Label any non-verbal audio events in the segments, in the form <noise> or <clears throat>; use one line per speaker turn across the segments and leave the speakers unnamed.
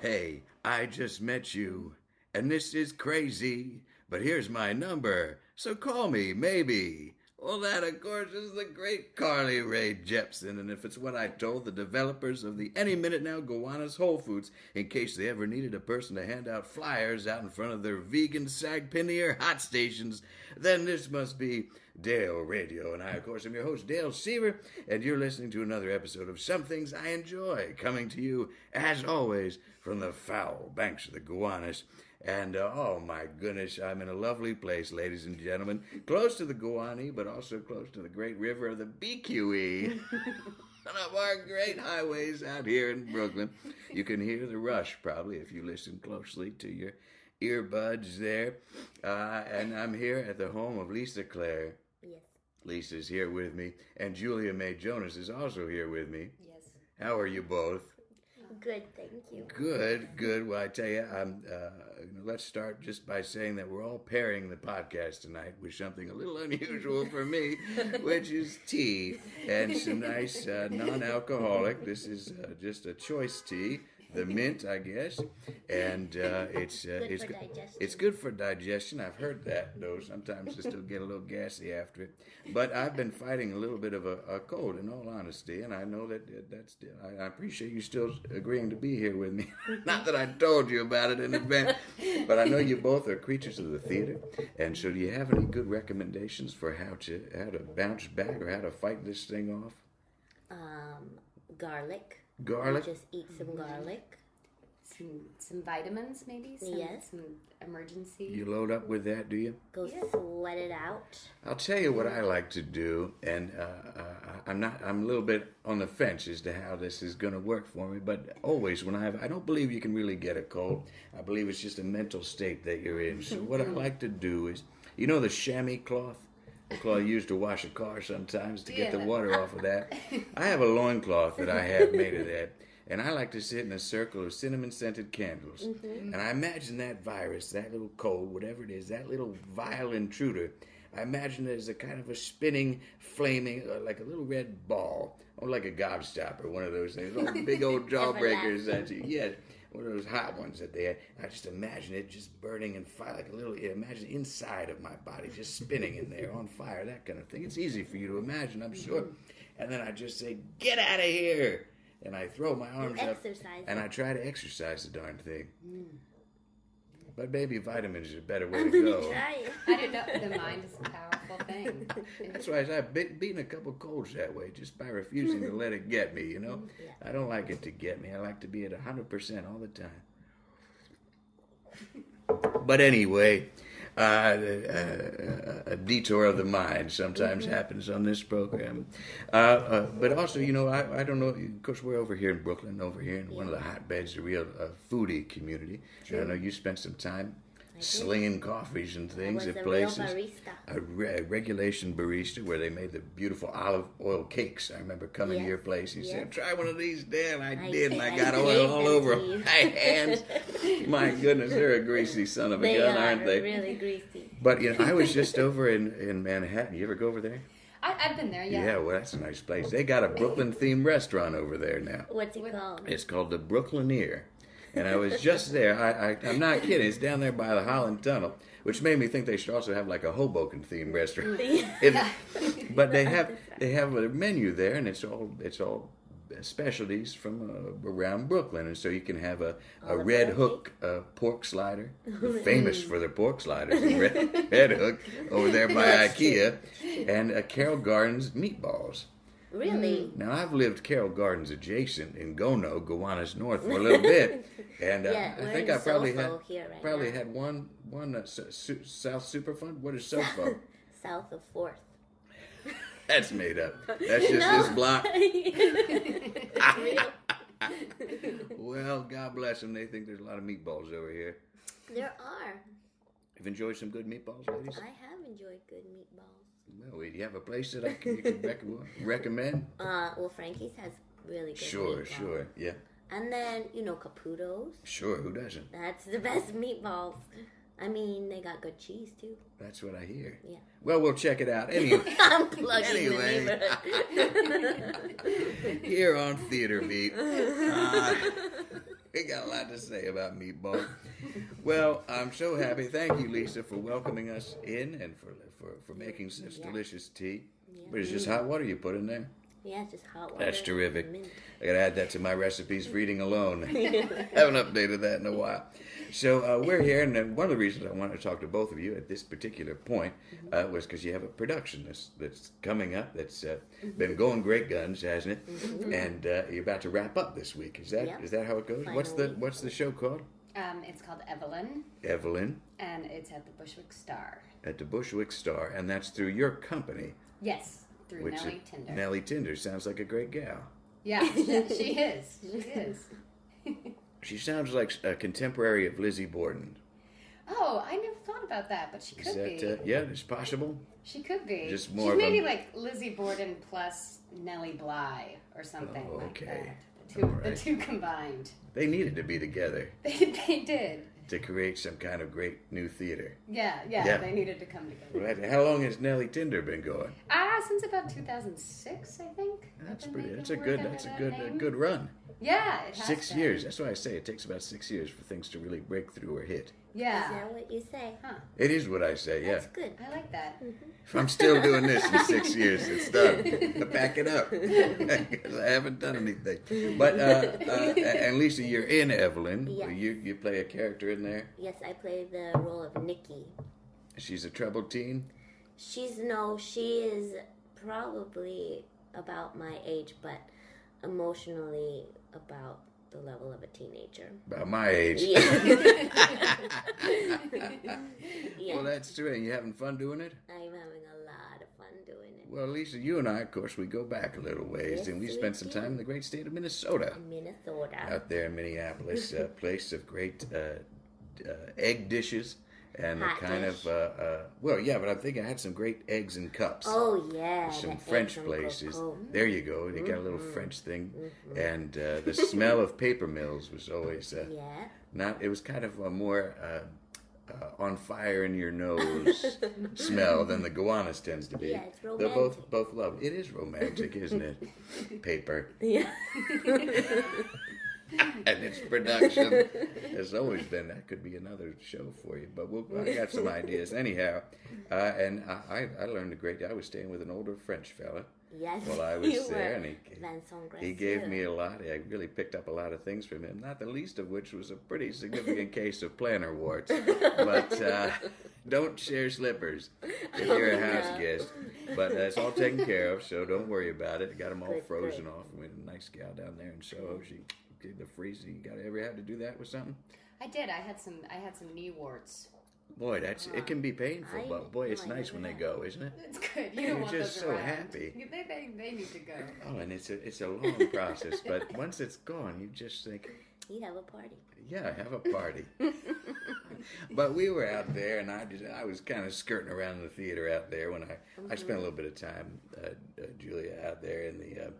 Hey, I just met you, and this is crazy, but here's my number, so call me, maybe. Well, that, of course, is the great Carly Rae Jepsen, and if it's what I told the developers of the Any Minute Now Gowanus Whole Foods, in case they ever needed a person to hand out flyers out in front of their vegan Sagpinier hot stations, then this must be Dale Radio. And I, of course, am your host, Dale Seaver, and you're listening to another episode of Some Things I Enjoy, coming to you, as always, from the foul banks of the Gowanus. And uh, oh my goodness, I'm in a lovely place, ladies and gentlemen, close to the Guani, but also close to the great river of the BQE. One of our great highways out here in Brooklyn. You can hear the rush probably if you listen closely to your earbuds there. Uh, and I'm here at the home of Lisa Claire.
Yes.
Lisa's here with me, and Julia Mae Jonas is also here with me.
Yes.
How are you both?
Good, thank you.
Good, good. Well, I tell you, I'm, uh, you know, let's start just by saying that we're all pairing the podcast tonight with something a little unusual for
<laughs>
me, which is tea and some nice uh, non-alcoholic. This is uh, just a choice tea, the mint, I guess, and uh, it's uh,
Good
it's
for
go-
digestion.
it's good for digestion. I've heard that though. Sometimes I still get a little gassy after it, but I've been fighting a little bit of a, a cold, in all honesty. And I know that that- that's. I I appreciate you still agreeing to be here with me. <laughs> Not that I told you about it in advance, but I know you both are creatures of the theater. And so, do you have any good recommendations for how to how to bounce back or how to fight this thing off?
Um, garlic.
Garlic? Mm-hmm.
You just eat some garlic.
some some vitamins maybe some,
Yes.
some emergency
You load up with that, do you?
Go sweat it out.
I'll tell you what I like to do, and uh, uh, I'm not. I'm a little bit on the fence as to how this is going to work for me. But always, when I have, I don't believe you can really get a cold. I believe it's just a mental state that you're in. So what I like to do is, you know, the chamois cloth, the cloth you use to wash a car sometimes to get the
Yeah.
water off of that. I have a loincloth that I have made of that. And I like to sit in a circle of cinnamon scented candles. And I imagine that virus, that little cold, whatever it is, that little vile intruder, I imagine it as a kind of a spinning, flaming, uh, like a little red ball, or like a gobstopper, one of those things, those big old jawbreakers that you, yes, uh, one of those hot ones that they had. I just imagine it just burning and fire, like a little, imagine inside of my body just spinning in there on fire, that kind of thing. It's easy for you to imagine, I'm sure. And then I just say, get out of here! And I throw my arms up.
exercise
And I try to exercise the darn thing. But maybe vitamins is a better way
I'm
to
gonna
go.
<laughs> try it.
i don't know the mind is a powerful thing
<laughs>
That's right. I've be- beaten a couple colds that way just by refusing to let it get me, you know?
<laughs> Yeah.
I don't like it to get me. I like to be at 100% all the time. But anyway, uh, a, a, a detour of the mind sometimes
Mm-hmm.
happens on this program. Uh, uh, but also, you know, I, I don't know. Of course, we're over here in Brooklyn, over here in one of the hotbeds of the real uh, foodie community. And I know you spent some time slinging coffees and
I
things
was
at
a real
places
barista.
a, re- a regulation barista where they made the beautiful olive oil cakes. I remember coming to
Yes,
your place. You said,
yes.
"Try one of these, Dan." I,
I-
did, and I,
I
got
gave
oil all
them
over
to you.
my hands.
<laughs>
my goodness, they're a greasy son of a
They
gun,
are
aren't they?
really greasy.
But you know, I was just over in, in Manhattan. You ever go over there?
I, i've been there yeah,
well, that's a nice place. They got a Brooklyn themed restaurant over there now.
What's
<laughs>
it called? <laughs>
It's called the Brooklyneer. And I was just there. I, I, I'm not kidding. It's down there by the Holland Tunnel, which made me think they should also have like a Hoboken themed restaurant.
Mm. <laughs>
If- but they have they have a menu there, and it's all it's all specialties from uh, around Brooklyn. And so you can have a, a
Olive
Red
oil
Hook uh, pork slider,
<laughs>
famous for their pork sliders, in Red, Red Hook over there by
That's
IKEA, and uh, Carroll Gardens meatballs.
Really?
Now I've lived Carroll Gardens adjacent in Gono, Gowanus North for a little bit,
<laughs>
and uh,
Yeah,
I
we're
think
in
I probably
Sofo
had
here right
probably
now.
had one one uh, su- su- South Superfund.
<laughs>
What is Sofo?
South of Fourth. <laughs>
That's made up. That's just
No.
this block.
Real.
Well, God bless them. They think there's a lot of meatballs over here.
There are.
You've enjoyed some good meatballs, ladies.
I have enjoyed good meatballs.
Well, do you have a place that I can, you can rec-
<laughs>
recommend?
Uh, well, Frankie's has really good
Sure,
meatballs.
sure, yeah,
And then you know Caputo's.
sure. Who doesn't?
That's the best meatballs. I mean, they got good cheese
<laughs>
too.
That's what I hear.
Yeah.
Well, we'll check it out <laughs> anyway.
<laughs> I'm plugging
Anyway.
the neighborhood.
here on Theater Beat. Uh, we got a lot to say about meatballs. Well, I'm so happy. Thank you, Lisa, for welcoming us in and for for, for making such
Yeah.
delicious tea.
Yeah.
But it's just hot water you put in there.
<laughs> Yeah, it's just hot water.
That's terrific. <laughs>
Mint. <laughs>
I gotta add that to my recipes for eating alone. Haven't updated that in a while. So uh, we're here, and then one of the reasons I wanted to talk to both of you at this particular point uh, was because you have a production that's, that's coming up that's uh, been going great guns, hasn't it?
Mm-hmm.
And uh, you're about to wrap up this week. Is that is
Yep.
that how it goes? What's the
Finally.
What's the show called?
<laughs> Um, it's called Evelyn,
Evelyn
and it's at the Bushwick Star.
at the Bushwick Star, and that's through your company,
Yes, through
which
Nellie
is-
Tinder.
Nellie Tinder sounds like a great gal.
yeah, she, she is. She is.
She sounds like a contemporary of Lizzie Borden.
Oh, I never thought about that, but she could
Is
be.
that uh, yeah? It's possible.
She could be.
Just more of
She's maybe
a-
like Lizzie Borden plus Nellie Bly or something
Oh,
like
okay.
that. The two,
All
the
right.
two combined. <laughs>
They needed to be together
They, they did.
to create some kind of great new theater.
Yeah, yeah,
Yeah.
They needed to come together.
Right? How long has Nellie Tinder been going?
Ah, since about 2006, I think. I've
That's
been
pretty.
making
That's a
work
good.
under
That's a
that
good. A
name.
good run.
Yeah, it has
Six
been.
years. That's why I say it takes about six years for things to really break through or hit.
Is
Yeah.
that what you say?
It is what I say. Yeah.
That's good.
I like that.
If I'm still doing this in six
<laughs>
years, it's done. Back it up. <laughs> 'Cause I haven't done anything. But uh, uh, and Lisa, you're in Evelyn.
Yeah.
You you play a character in there.
Yes, I play the role of Nikki.
She's a troubled teen.
She's no, she is probably about my age, but emotionally about the level of
<laughs>
a teenager.
About my age.
Yeah. <laughs>
<laughs>
yeah.
Well, that's true. And you having fun doing it?
I'm having a lot of fun doing it.
Well, Lisa, you and I, of course, we go back a little ways,
Yes,
and we
we
spent some
do.
time in the great state of Minnesota,
Minnesota.
out there in Minneapolis,
<laughs>
a place of great uh, d- uh, egg dishes and the
Hot
kind of
dish.
uh, uh, well, yeah. But I'm thinking I had some great eggs and cups.
Oh yeah. the
Some
eggs
French
and
places.
cocoa.
There you go. They got a
mm-hmm.
little French thing, and uh,
<laughs>
the smell of paper mills was always uh,
Yeah.
not. It was kind of a more uh, uh, on fire in your
<laughs>
nose smell than the Gowanus tends to be.
Yeah, it's
They're both
romantic.
both love. It is romantic, isn't it? Paper
Yeah.
<laughs> and <laughs> its production has always been. That could be another show for you, but we'll, I got some ideas anyhow. Uh, and I, I, I learned a great deal. I was staying with an older French fella
yes.
while I was
you
there,
were.
and he
Vincent
he gave
<laughs>
me a lot. I really picked up a lot of things from him, not the least of which was a pretty significant case of plantar warts. But
<laughs>
uh, don't share slippers if you're a
Oh,
house
no.
guest. But that's
<laughs>
all taken care of, so don't worry about it. I got them all
Good,
frozen
good.
off. We had a nice gal down there in
Mm-hmm.
Soho. She did the freezing. You got ever had to do that with something?
I did. I had some. I had some knee warts.
Boy, that's it can be painful,
I-
but boy, it's
I
nice when they go, isn't it?
It's good. You
You're
don't want
just
those
so
around.
happy.
You- They, they, they need to go.
Oh, and it's a it's a long process, but once it's gone, you just think,
You have a party.
Yeah, have a party. but we were out there, and I just, I was kind of skirting around the theater out there when I I spent a little bit of time, uh, uh, Julia, out there in the uh,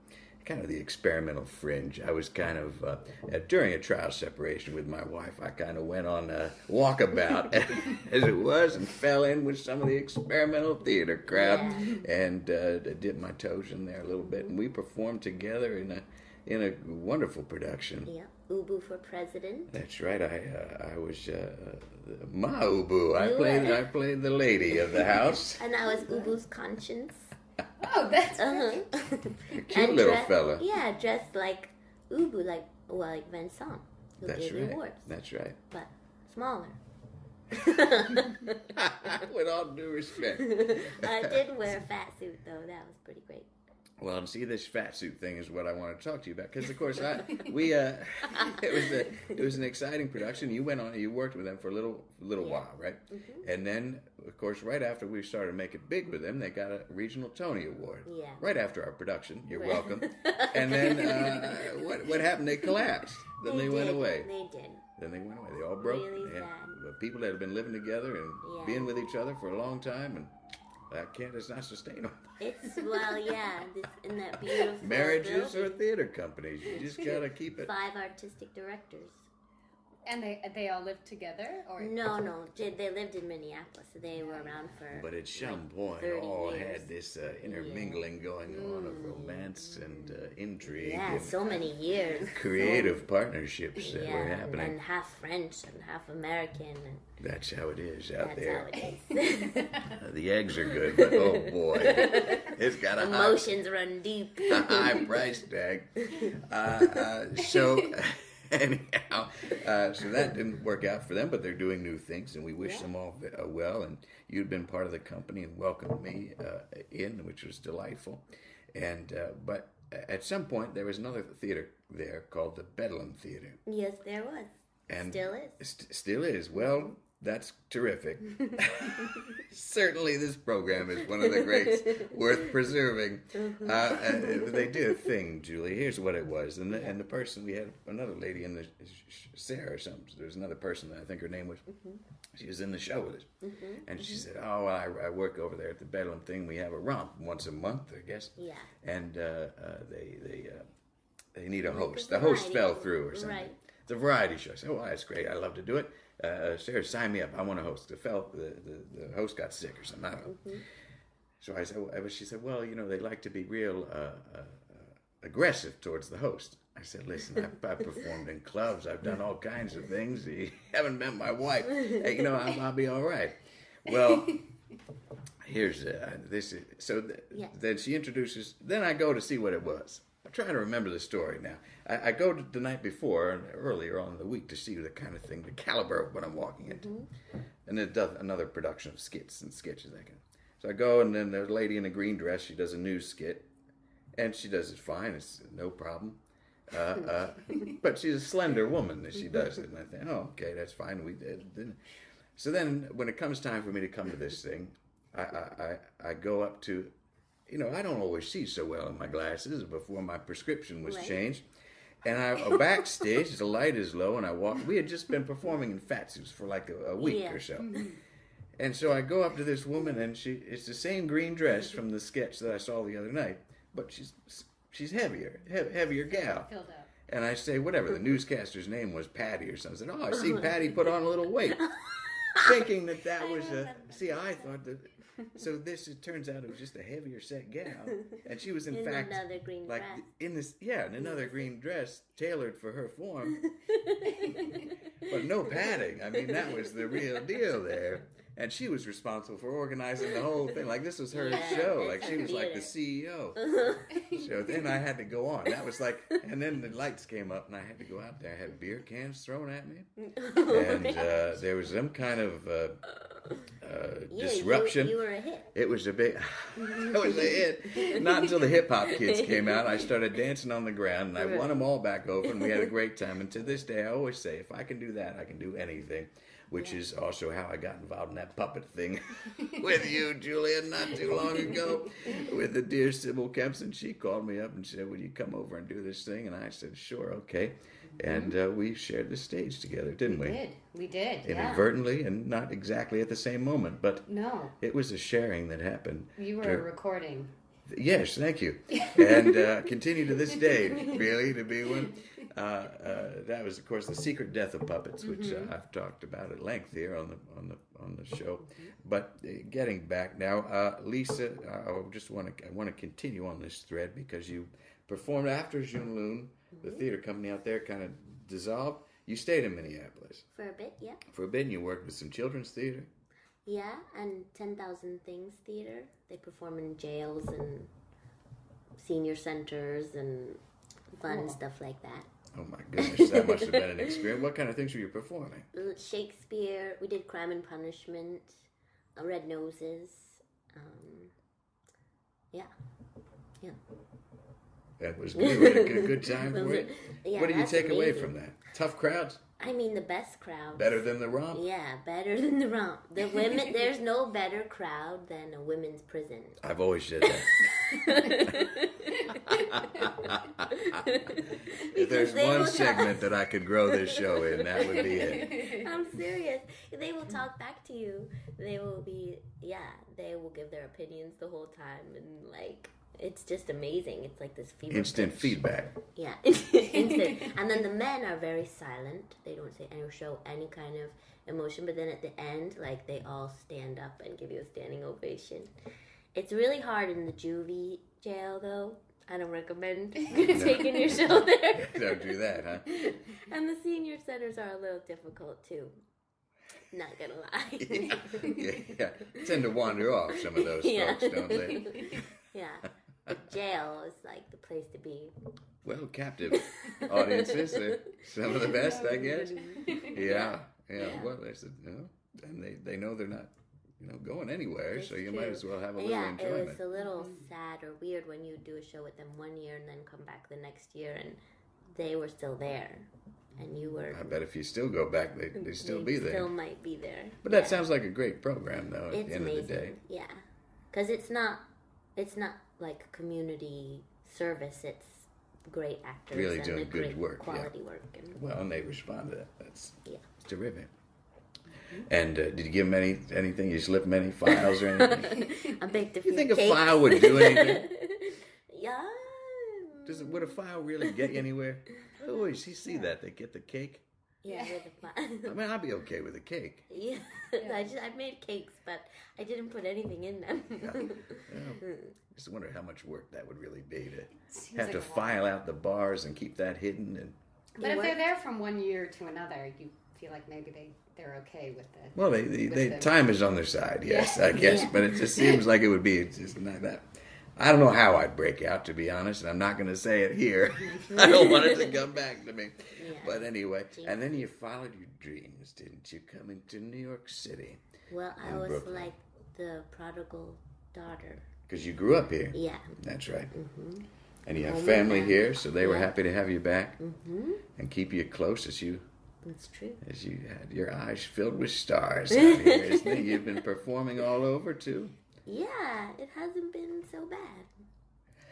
kind of the experimental fringe. I was kind of uh, uh, during a trial separation with my wife. I kind of went on a walkabout <laughs> as it was, and fell in with some of the experimental theater crowd, and uh, dipped my toes in there a little bit, and we performed together in a in a wonderful production.
Yeah. Ubu for president.
That's right. I uh, I was uh, my Ubu. I
You
played
were.
I played the lady of the
<laughs>
house.
And I was Ubu's conscience.
Oh, that's
Uh-huh.
<laughs> Cute
<laughs> And
little
dre-
fella.
Yeah, dressed like Ubu, like well, like Vincent, who
That's
gave me
right.
awards,
That's right. <laughs>
but smaller.
<laughs> With all due respect.
<laughs> I did wear a fat suit though. That was pretty great.
Well, and see, this fat suit thing is what I want to talk to you about because, of course, I we uh, <laughs> it was a, it was an exciting production. You went on, you worked with them for a little little
Yeah. Mm-hmm.
while, right? And then, of course, right after we started making big with them, they got a regional Tony Award.
Yeah.
Right after our production, you're
Right. <laughs>
welcome. and then uh, what what happened? They collapsed. Then they, went
did.
away.
They did.
Then they went away. They all broke.
Really
They had-
sad.
the people that have been living together and
Yeah.
being with each other for a long time, and I can't. It's not sustainable.
It's well, yeah. This in that beautiful
Marriages
building. <laughs>
or theater companies. You just gotta keep it.
five artistic directors.
And they they all lived together, or
No, no, j- they lived in Minneapolis. so They were around for.
But at some point,
30
all
years. Mm.
had this uh, intermingling going on of romance and uh, intrigue
yeah,
and
so many years.
<laughs> creative partnerships
So,
that
yeah,
were
and-
happening.
and half French and half American, and
That's how it is out
that's
there.
how it
<laughs>
is.
Uh, The eggs are good, but oh
<laughs>
boy, it's got a high,
Emotions run
<laughs>
deep.
a high price tag. Uh, uh, so <laughs> anyhow, uh, so that didn't work out for them, but they're doing new things, and we wish them all ve- uh, well. And you've been part of the company and welcomed me uh, in, which was delightful. And uh, but at some point there was another theater there called the Bedlam Theater.
yes, there was.
And
Still is.
St- still is. Well, that's terrific. Certainly, this program is one of the greats, worth preserving. Uh, uh, they did a thing, Julie. Here's what it was, and the, and the person we had another lady in the sh- Sarah or something. There was another person. I think her name was. She was in the show with us, and she said, "Oh, well, I, I work over there at the Bedlam thing. We have a romp once a month, I guess."
Yeah.
and uh, uh, they they uh, they need a host.
the
The host
variety
fell
show.
through or something.
Right.
It's a variety show. I said, "Oh, that's great. I love to do it." Uh, Sarah, sign me up. I want to host. The fell the, the, the host got sick or something. I don't know.
Mm-hmm.
So I said, well, she said, "Well, you know, they like to be real." Uh, uh, aggressive towards the host. I said, "Listen, I've, I've performed in clubs. I've done all kinds of things. <laughs> You haven't met my wife. Hey, you know, I'm, I'll be all right." Well, here's uh, this. Is, so th-
Yeah.
then she introduces. Then I go to see what it was. I'm trying to remember the story now. I, I go to the night before and earlier on in the week to see the kind of thing, the caliber of what I'm walking into and it does another production of skits and sketches. I can. So I go, and then there's a lady in a green dress. She does a news skit, and she does it fine. It's no problem. Uh, uh, <laughs> but she's a slender woman that she does it, and I think, oh, okay, that's fine. We did. did So then, when it comes time for me to come to this thing, I, I, I, I go up to, you know, I don't always see so well in my glasses. Before my prescription was
Right.
changed. And I backstage, the light is low, and I walk. We had just been performing in Fatsu's for like a, a week
Yeah. Mm-hmm.
or so. And so I go up to this woman, and she it's the same green dress from the sketch that I saw the other night, but she's she's heavier, he- heavier gal.
filled up. <laughs>
And I say whatever the newscaster's name was, Patty or something. I said, oh, I see Patty put on a little
<laughs>
weight, thinking that that was a. See, I thought that. So this it turns out it was just a heavier set
<laughs>
gal, and she was in,
In
fact
another green
like
dress.
in this yeah in another green dress tailored for her form but
<laughs>
no padding i mean that was the real deal there and she was responsible for organizing the whole thing like this was her
Yeah,
show
it's
like
a
she was like the ceo
Uh-huh.
so then i had to go on that was like and then the lights came up and i had to go out there i had beer cans thrown at
<laughs>
me and uh, there was some kind of uh, uh,
Yeah, you-
disruption
You, were a hit.
it was a big. <laughs> that was a hit. Not until the hip hop kids came out, I started dancing on the ground, and I won them all back over, and we had a great time. And to this day, I always say, if I can do that, I can do anything. Which is also how I got involved in that puppet thing <laughs> with you, Julia, not too long ago, with the dear Sybil Kempson. She called me up and said, "Will you come over and do this thing?" And I said, "Sure, okay." And uh, we shared the stage together, didn't we?
We did. We did. Yeah.
Inadvertently, and not exactly at the same moment, but
no,
it was a sharing that happened.
you were
Dur-
recording.
Yes, thank you. And uh, continue to this day, really, to be one. Uh, uh, that was, of course, the secret death of puppets, which uh, I've talked about at length here on the on the on the show. But uh, getting back now, uh, Lisa, I I just want to I want to continue on this thread because you performed after Junloon, the theater company out there kind of dissolved. You stayed in Minneapolis
For a bit, yeah.
for a bit, and you worked with some children's theater.
Yeah, and 10,000 Things Theater. They perform in jails and senior centers and fun
Cool.
stuff like that.
Oh my goodness, that must have been an experience. What kind of things were you performing?
L- Shakespeare, we did Crime and Punishment, uh, Red Noses. Um, yeah.
That was good. We had a good,
<laughs>
good time for it.
Yeah,
what do you
that's
take away
amazing.
from that? Tough crowds,
I mean, the best crowd.
better than the romp.
Yeah, better than the romp. The
<laughs>
women, there's no better crowd than a women's prison.
I've always said that. if there's
<laughs> Because they
one
will
segment that I could grow this show in, that would be
<laughs>
it.
<laughs>
I'm serious. They will talk back to you. They will be, yeah, they will give their opinions the whole time and like it's just amazing. It's like this fever.
Instant
pitch.
feedback. <laughs>
Yeah, instant. <laughs> and then the men are very silent. They don't say any or show any kind of emotion. But then at the end, like they all stand up and give you a standing ovation. It's really hard in the juvie jail, though. I
<laughs>
don't recommend <laughs> taking your show there.
Don't do that,
<laughs>
huh? <laughs>
and the senior centers are a little difficult too. Not
<laughs>
gonna lie.
Yeah, yeah, yeah. Tend to wander off some of those folks, don't they?
yeah. But jail is like the place to be.
Well, captive audiences, eh? they're
<laughs>
some of the best, I
<laughs>
guess. Yeah, yeah.
Yeah.
Well, they said, you know, and they, they know they're not, you know, going anywhere,
That's
so you might
true.
as well have a little
yeah, it
enjoyment.
was a little sad or weird when you do a show with them one year and then come back the next year and they were still there, and you were.
I bet if you still go back, they they still be
they
there.
Still might be there.
but that
Yeah.
sounds like a great program, though. At
it's
the end
amazing.
of the day,
Yeah, because it's not, it's not like community service. It's great actors
Really
and
doing
the
good
great
work, yeah.
quality work. And
well, and they respond to that. That's
Yeah. Mm-hmm.
terrific. And uh, did you give them any anything? You slip them any <laughs> files or
<laughs>
anything?
I baked a
you
few
think a
cakes.
file would do anything?
<laughs> yeah.
Does it, would a file really get you
<laughs>
anywhere? I always see- see that they get the cake.
yeah, with a
I
file.
mean, I'd be okay with a cake.
yeah. I just I made cakes, but I didn't put anything in them. <laughs>
Yeah.
Mm-hmm.
I just wonder how much work that would really be to
Seems
have
like
to
a lot.
file out the bars and keep that hidden. And
But if
What?
they're there from one year to another, you feel like maybe they they're okay with the
well, they, they, they
them.
time is on their side. Yes, I
Yeah.
guess,
Yeah.
but it just seems like it would be it's just not that. I don't know how I'd break out, to be honest, and I'm not going to say it here. <laughs> I don't want it to come back to me.
Mm-hmm. Yeah.
But anyway,
Gee.
and then you followed your dreams, didn't you? Coming to New York City
well, I
In
was
Brooklyn.
like the prodigal daughter.
because you grew up here.
Yeah.
That's right. And you have
Home and
family
back.
here, so they were
Mm-hmm. Yeah. Mm-hmm.
happy to have you back and keep you close as you
That's true.
as you had your eyes filled with stars out here, isn't it? You've been performing all over too.
Yeah, it hasn't been so bad.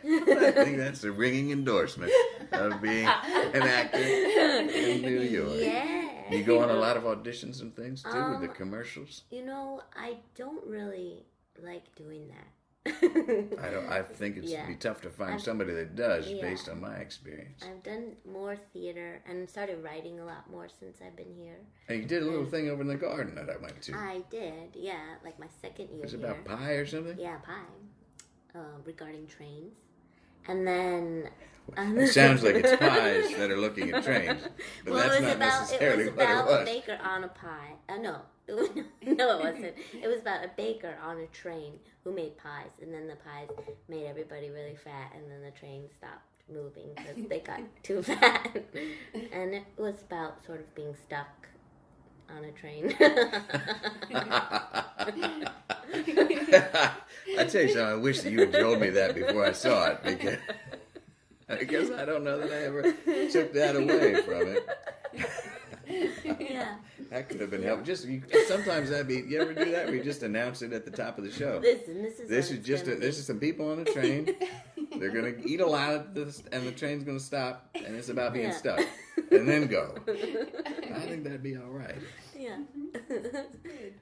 I <laughs> think that's a ringing endorsement of being an actor in New York.
Yeah.
You go on a lot of auditions and things too with the
Um,
commercials.
You know, I don't really like doing that. <laughs>
I don't. I think it's
yeah.
be tough to find
I've-
somebody that does
yeah.
based on my experience.
I've done more theater and started writing a lot more since I've been here.
And you did a little thing over in the garden that I went to. It
I did, yeah, like my second year
was
here.
about pie or something.
yeah, pie. Uh, regarding trains. And then
It sounds like
<laughs>
it's pies that are looking at trains, but
well,
that's
it was
not
about
necessarily
it was
what
about
it was.
a baker on a pie. Uh, no, <laughs> no, it wasn't. It was about a baker on a train who made pies, and then the pies made everybody really fat, and then the train stopped moving because they
<laughs>
got too fat. and it was about sort of being stuck on a
<laughs>
train.
<laughs>
<laughs>
I tell you something. I wish that you had told me that before I saw it <laughs> because I guess I don't know that I ever took <laughs> that away from it.
yeah,
That could have been helpful. Just you, sometimes that'd be. You ever do that? We just announce it at the top of the show.
listen, this is
This
what
is
it's
just a,
gonna
this
be.
is some people on a
<laughs>
train. <laughs> They're gonna eat a lot, of this, and the train's gonna stop, and it's about being
Yeah. <laughs>
stuck, and then go. I think that'd be all right.
yeah <laughs>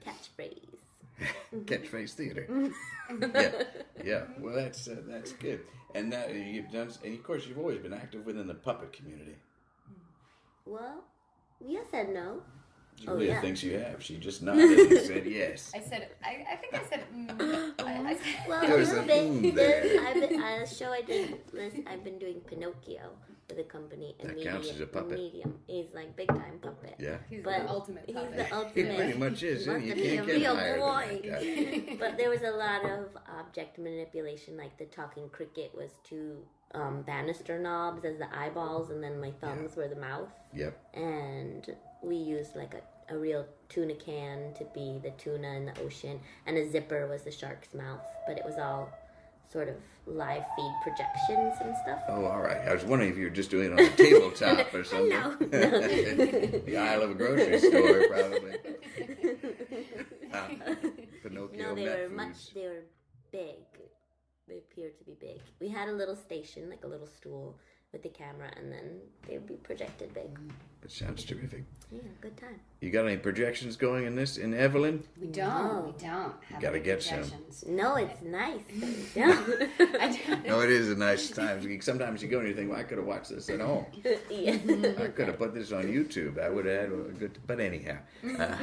catchphrase. Mm-hmm.
Catchphrase theater. yeah, yeah. Well, that's uh, that's good. And that you've done, and of course, you've always been active within the puppet community.
<laughs> Well, yes and no. Oh,
Julia
yeah.
thinks you have. She just nodded and said yes.
<laughs>
I said I, I think I said mm, I, I said
Oh,
<laughs>
Well,
There's a
a little
theme
bit. There's,
there.
I've been, uh, the show I did, this, I've been doing Pinocchio with a company. And
That counts
medium,
as a puppet.
Medium. He's like big time puppet.
Yeah.
he's
But
the ultimate
<laughs>
He's
puppet.
the
It pretty
ultimate.
much is.
You
isn't it? You
must be
can't
a
get
real
higher than
boy.
that guy.
but there was a lot of object manipulation, like the talking cricket was two um, banister knobs as the eyeballs, and then my thumbs were the mouth.
Yep.
And we used like a, a real tuna can to be the tuna in the ocean, and a zipper was the shark's mouth, but it was all sort of live feed projections and stuff.
Oh, all right. I was wondering if you were just doing it on a
<laughs>
tabletop or something.
Hello.
<laughs> the aisle of a grocery store, probably. Ah, Pinocchio
No, they
met
were
foods.
much. They were big. They appeared to be big. We had a little station, like a little stool, with the camera, and then they would be projected big.
That sounds terrific.
Yeah, good time.
You got any projections going in this in Evelyn?
We don't.
No.
We don't. Have
gotta
any
get some.
projections.
No, it's nice. <laughs>
<laughs>
but no.
I don't-
No, it is a nice
<laughs>
time. Sometimes you go and you think, well, I could have watched this at home.
yeah.
I could have put this on YouTube. I would have had a good. But
<laughs>
anyhow, uh,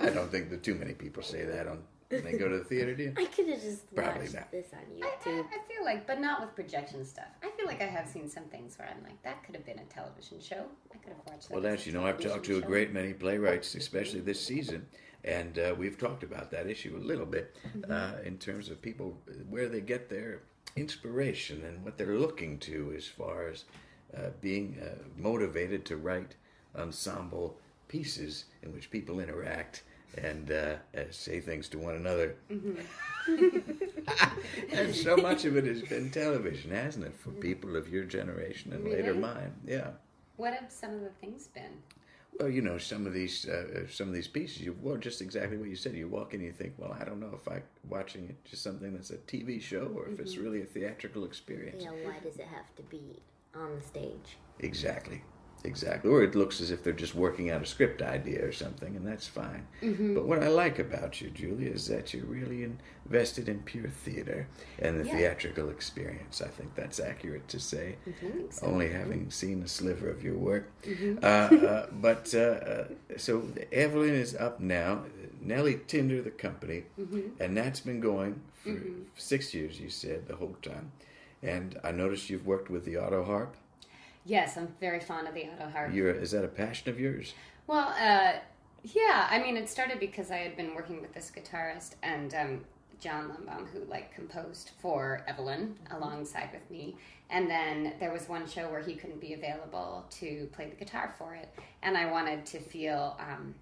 I don't think that too many people say that on when they go to the theater. Do you?
I could have just
Probably
watched
not.
this on
I, I,
YouTube.
I feel like, but not with projection stuff. I feel like I have seen some things where I'm like, that could have been a television show. I could have watched that.
Well,
as a
that's you know, I've talked to a
television
great many playwrights, especially this season, and uh, we've talked about that issue a little bit uh, in terms of people uh, where they get their inspiration and what they're looking to as far as uh, being uh, motivated to write ensemble pieces in which people interact and uh, uh, say things to one another. and <laughs> so much of it has been television, hasn't it, for people of your generation and later
Really?
mine? Yeah.
What have some of the things been?
Well, you know, some of these uh, some of these pieces, you well, just exactly what you said. You walk in, and you think, well, I don't know if I watching it just something that's a TV show or if it's really a theatrical experience.
Yeah, why does it have to be on the stage?
Exactly, exactly. Or it looks as if they're just working out a script idea or something, and that's fine.
Mm-hmm.
But what I like about you, Julia, is that you're really invested in pure theater and the
Yeah.
theatrical experience. I think that's accurate to say.
I think so. Mm-hmm.
only having seen a sliver of your work. Uh,
<laughs>
uh, but uh, uh, so Evelyn is up now. Nellie Tinder, the company,
Mm-hmm.
and that's been going for six years. You said the whole time, and I noticed you've worked with the auto harp.
Yes, I'm very fond of the auto harp.
You're, is that a passion of yours?
Well, uh, yeah, I mean, it started because I had been working with this guitarist and um, John Lumbaum, who like composed for Evelyn alongside with me. And then there was one show where he couldn't be available to play the guitar for it, and I wanted to feel um,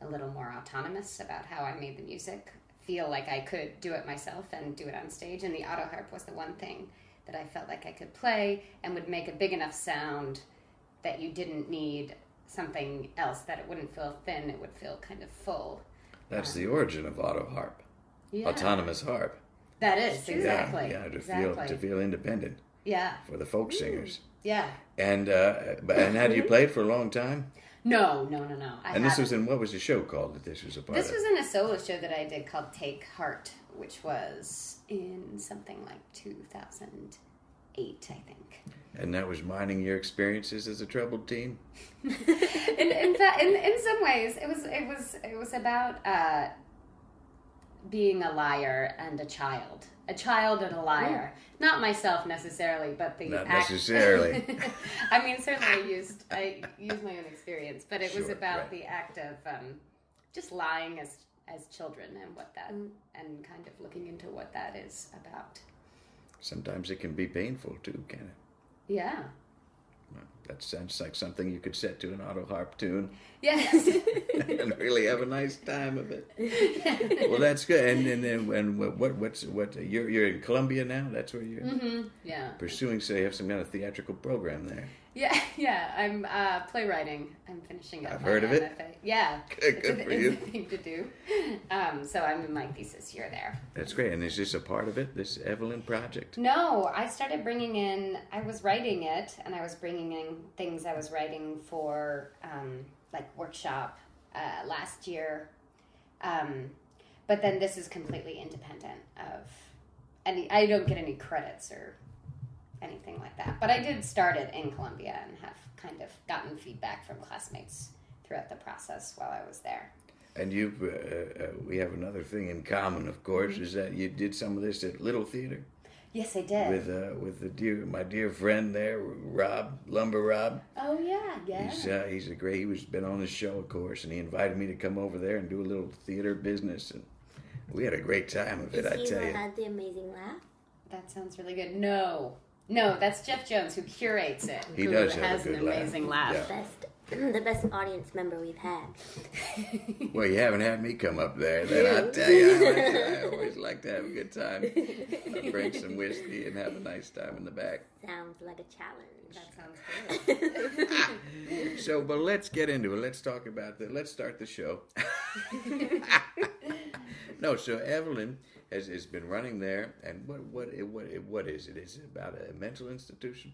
a little more autonomous about how I made the music, feel like I could do it myself and do it on stage. And the auto harp was the one thing that I felt like I could play and would make a big enough sound that you didn't need something else that it wouldn't feel thin it would feel kind of full
That's the origin of auto harp,
yeah
autonomous harp.
that is exactly
Yeah, yeah, to
exactly
feel to feel independent
yeah
for the folk singers.
yeah
And uh, but and had you played for a long time?
no no no no I
And this
haven't.
was in what was the show called that this was a part
this
of?
was in a solo show that i did called take heart which was in something like 2008 i think
And that was mining your experiences as a troubled teen?
in, in, fa- in, in some ways, it was it was it was about uh, being a liar and a child, a child and a liar. Not myself necessarily, but the
Not
act-
necessarily.
<laughs> I mean, certainly I used I used my own experience, but it was
Sure,
about
right.
the act of um, just lying as as children and what that
Mm.
and kind of looking into what that is about.
Sometimes it can be painful too, can it?
Yeah.
Well, That sounds like something you could set to an auto harp tune <laughs>
Yes.
and really have a nice time of it.
<laughs>
well, that's good. And and and, and what- what what's what you're you're in Columbia now? That's where you're
yeah.
pursuing. So you have some kind of theatrical program there.
Yeah, <laughs> yeah. I'm uh, playwriting. I'm finishing up.
I've
my
heard of it.
MFA. Yeah,
Good-
it's a,
good for
it's
you.
a <laughs> thing to do. Um, so I'm in my thesis year there.
That's great. And is this a part of it? This Evelyn project?
No, I started bringing in. I was writing it, and I was bringing in things I was writing for um, like workshop uh, last year. Um, but then this is completely independent of any. I don't get any credits or anything like that. But I did start it in Columbia and have kind of gotten feedback from classmates throughout the process while I was there.
And you, uh, uh, we have another thing in common, of course, is that you did some of this at Little Theater.
Yes, I did.
with uh, with the dear my dear friend there, Rob Lumber Rob.
oh yeah, yeah.
He's uh, he's a great. He was been on the show, of course, and he invited me to come over there and do a little theater business, and we had a great time of it.
Is
I
he
tell
who
you,
had the amazing laugh?
That sounds really good. No, no, that's Jeff Jones who curates it.
He
who
does have a
has
good
an
laugh.
amazing laugh.
Yeah.
Best, <clears throat> the best audience member we've had.
well, you haven't had me come up there, then I tell you, how much I always like to have a good time. I drink some whiskey and have a nice time in the back.
Sounds like a challenge.
<laughs> That sounds <laughs> good.
So, but let's get into it. Let's talk about the. Let's start the show. <laughs> no, so Evelyn has, has been running there, and what what it, what it, what is it? Is it about a mental institution?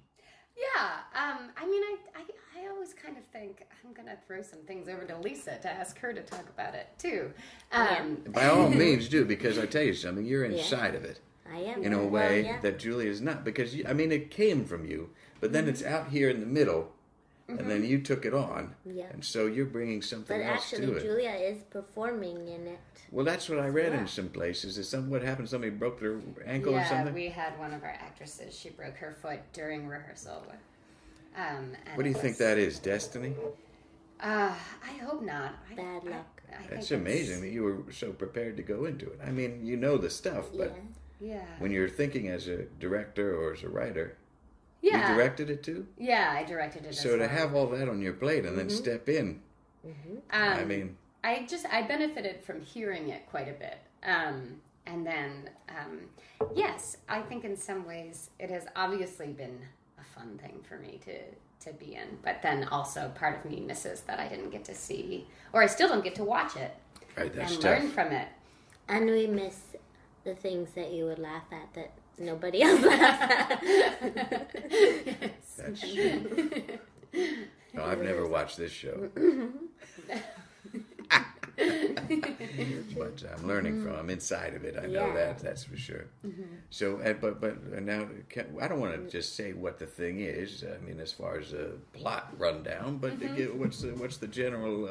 Yeah, um, I mean, I, I, I always kind of think I'm gonna throw some things over to Lisa to ask her to talk about it too. Um,
By all means, do because I tell you something, you're inside of it
I am
in a
well,
way
yeah.
that Julie is not. Because you, I mean, it came from you, but
Mm-hmm.
then it's out here in the middle, and then you took it on,
Yeah.
and so you're bringing something
But
else to
actually,
it.
Julia is performing in it.
well, that's what I read
Yeah.
in some places. Is some what happened? Somebody broke their ankle or
yeah,
something.
we had one of our actresses. She broke her foot during rehearsal. Um, and
what do you
it
think
was-
that is? Destiny.
Uh, I hope not. I-
Bad
I-
luck.
I think
That's
it's-
amazing that you were so prepared to go into it. I mean, you know the stuff, but
yeah.
Yeah.
when you're thinking as a director or as a writer,
yeah.
you directed it too.
yeah, I directed it.
So
as
to
well.
have all that on your plate and then step in,
Mm-hmm. um,
I mean,
I just I benefited from hearing it quite a bit. Um, and then um, yes, I think in some ways it has obviously been a fun thing for me to to be in. But then also part of me misses that I didn't get to see or I still don't get to watch it
right? That's
and
tough.
learn from it.
And we miss the things that you would laugh at that nobody <laughs> else laughs <laughs> at.
<laughs>
That's true. No, I've never watched this
<laughs>
show. but I'm learning from. I'm inside of it. I know
Yeah.
that. That's for sure.
Mm-hmm.
So, uh, but but uh, now can, I don't want to just say what the thing is. I mean, as far as a plot rundown, but to give- what's the what's the general uh,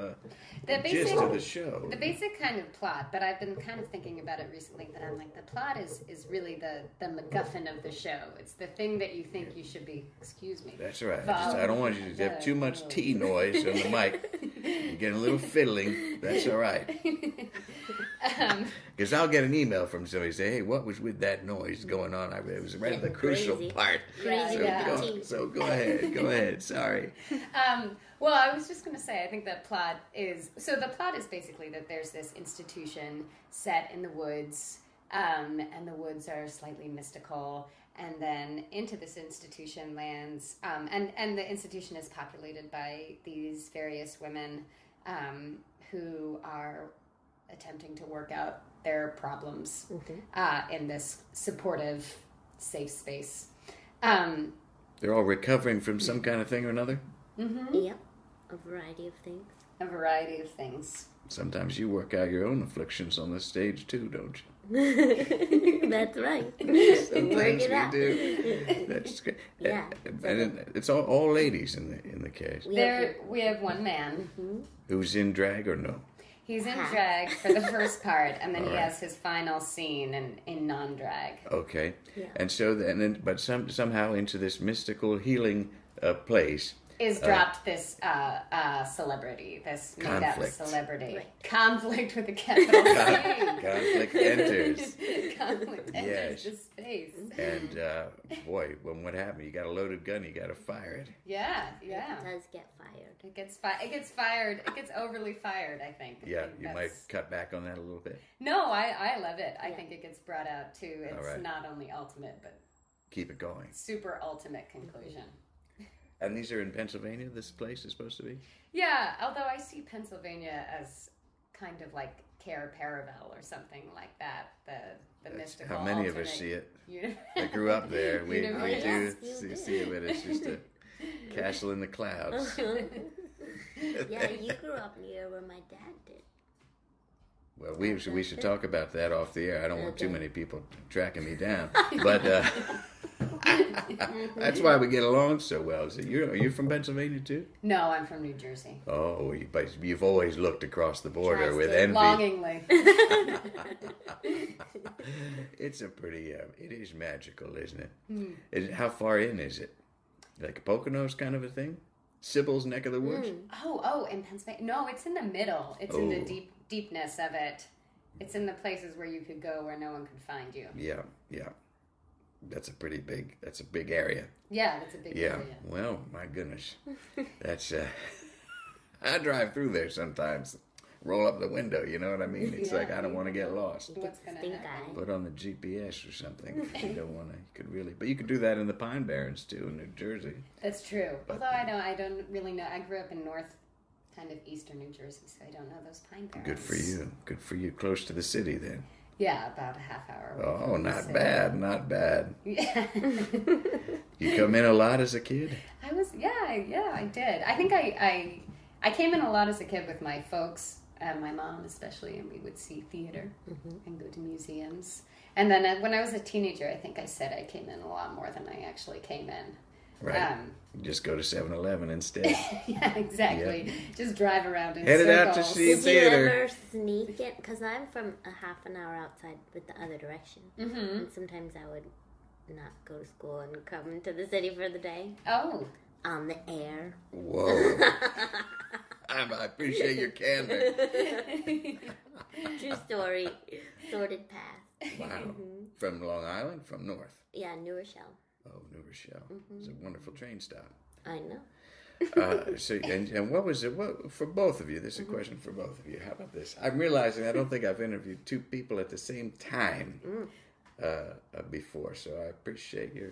Mm-hmm. The
gist
basic-
of the show?
The basic kind of plot, but I've been kind of thinking about it recently that I'm like the plot is is really the the MacGuffin of the show. It's the thing that you think you should be. Excuse me.
That's right. I, just, I don't want you to have too much tea noise on the
<laughs>
mic. You're getting a little fiddling. That's all right.
<laughs> Um,
Because I'll get an email from somebody say, "Hey, what was with that noise going on?" I it was right at the crucial
Crazy. Oh,
part.
Crazy
So,
Yeah.
go, so go ahead, go ahead. Sorry.
um, well, I was just going to say, I think that plot is so the plot is basically that there's this institution set in the woods, um, and the woods are slightly mystical. And then into this institution lands, um, and and the institution is populated by these various women um, who are attempting to work out their problems uh, in this supportive, safe space. Um,
They're all recovering from some kind of thing or another.
Yep, a variety of things.
a variety of things.
Sometimes you work out your own afflictions on the stage too, don't you?
<laughs> That's right.
Sometimes
it
we
out. <laughs>
do. That's great.
Yeah.
And it- it's all, all ladies in the in the case.
We
There,
have
we have one man.
Who's in drag or no?
He's in
Half.
drag for the first part, and then he
Alright.
has his final scene in, in non-drag.
Okay.
Yeah.
And so then, and then but some somehow into this mystical healing uh, place.
Is dropped this uh, uh, celebrity, this made-up
Conflict.
celebrity.
Right.
Conflict with a
<laughs>
capital C.
Conflict enters.
Conflict
Yes.
enters the space.
And uh, boy, when what happened? You got a loaded gun. You got to fire it.
Yeah,
yeah.
yeah.
It does get fired. <laughs>
It gets fi- It gets fired. It gets overly fired. I think. I
Yeah,
think
you might
that's-
cut back on that a little bit.
No, I, I love it. I
Yeah.
think it gets brought out too. It's
Alright.
not only ultimate, but
Keep it going.
super ultimate conclusion.
And these are in Pennsylvania. This place is supposed to be.
Yeah, although I see Pennsylvania as kind of like Care Paravel or something like that. The the
That's
mystical.
how many of us
alternate
see it.
uni- <laughs>
I grew up there. We, we
universe.
do
Yes, you
see,
did.
see it, but it's just a castle in the clouds.
Oh, yeah, you grew up near where my dad
<laughs>
did. <laughs>
Well, we should, we should talk about that off the air. I don't want too
Okay.
many people tracking me
<laughs>
down. But uh, <laughs> that's why we get along so well. So you're you're from Pennsylvania too?
No, I'm from New Jersey.
Oh, you, but you've always looked across the border
Tries
with
to
envy. <laughs>
Longingly.
It's a pretty. Uh, it is magical, isn't it? Is it? How far in is it? Like Poconos kind of a thing? Sybil's neck of the woods.
oh, oh, in Pennsylvania. No, it's in the middle. It's in the
Oh.
deep deepness of it. It's in the places where you could go where no one could find you.
Yeah, yeah. That's a pretty big. That's a big area.
Yeah, that's a big
Yeah.
area.
Well, my goodness. That's uh <laughs> I drive through there sometimes. Roll up the window, you know what I mean? It's like I don't want to get lost.
What's gonna
Stink
happen?
eye.
Put on the GPS or something. <laughs> if you don't want to. You could really, but you could do that in the Pine Barrens too, in New Jersey.
That's true. Although I don't, I don't really know. I grew up in north, kind of eastern New Jersey, so I don't know those pine barrens.
Good for you. Good for you. Close to the city then.
Yeah, about a half hour. away
Oh,
from the
not
city.
bad, not bad.
Yeah.
Oh.
<laughs>
You come in a lot as a kid?
I was yeah, yeah, I did. I think I I I came in a lot as a kid with my folks, uh, my mom especially, and we would see theater
Mm-hmm.
and go to museums. And then uh, when I was a teenager, I think I said I came in a lot more than I actually came in.
Right.
Um, <laughs>
Just go to 7 Eleven instead.
yeah, exactly. Just drive around in
Headed out
circles.
to see-
Did you
theater.
ever sneak it? Because I'm from a half an hour outside, but the other direction.
Mhm.
And sometimes I would not go to school and come to the city for the day
Oh,
on the air.
Whoa.
<laughs>
I'm, I appreciate your candor.
True story. Sorted past.
Wow.
Mm-hmm.
From Long Island? From North?
Yeah, New Rochelle.
Oh, New Rochelle.
Mm-hmm.
It's a wonderful train stop.
I know.
Uh, so, and, and what was it? What for both of you? This is a question for both of you. How about this? I'm realizing I don't think I've interviewed two people at the same time uh, uh, before, so I appreciate your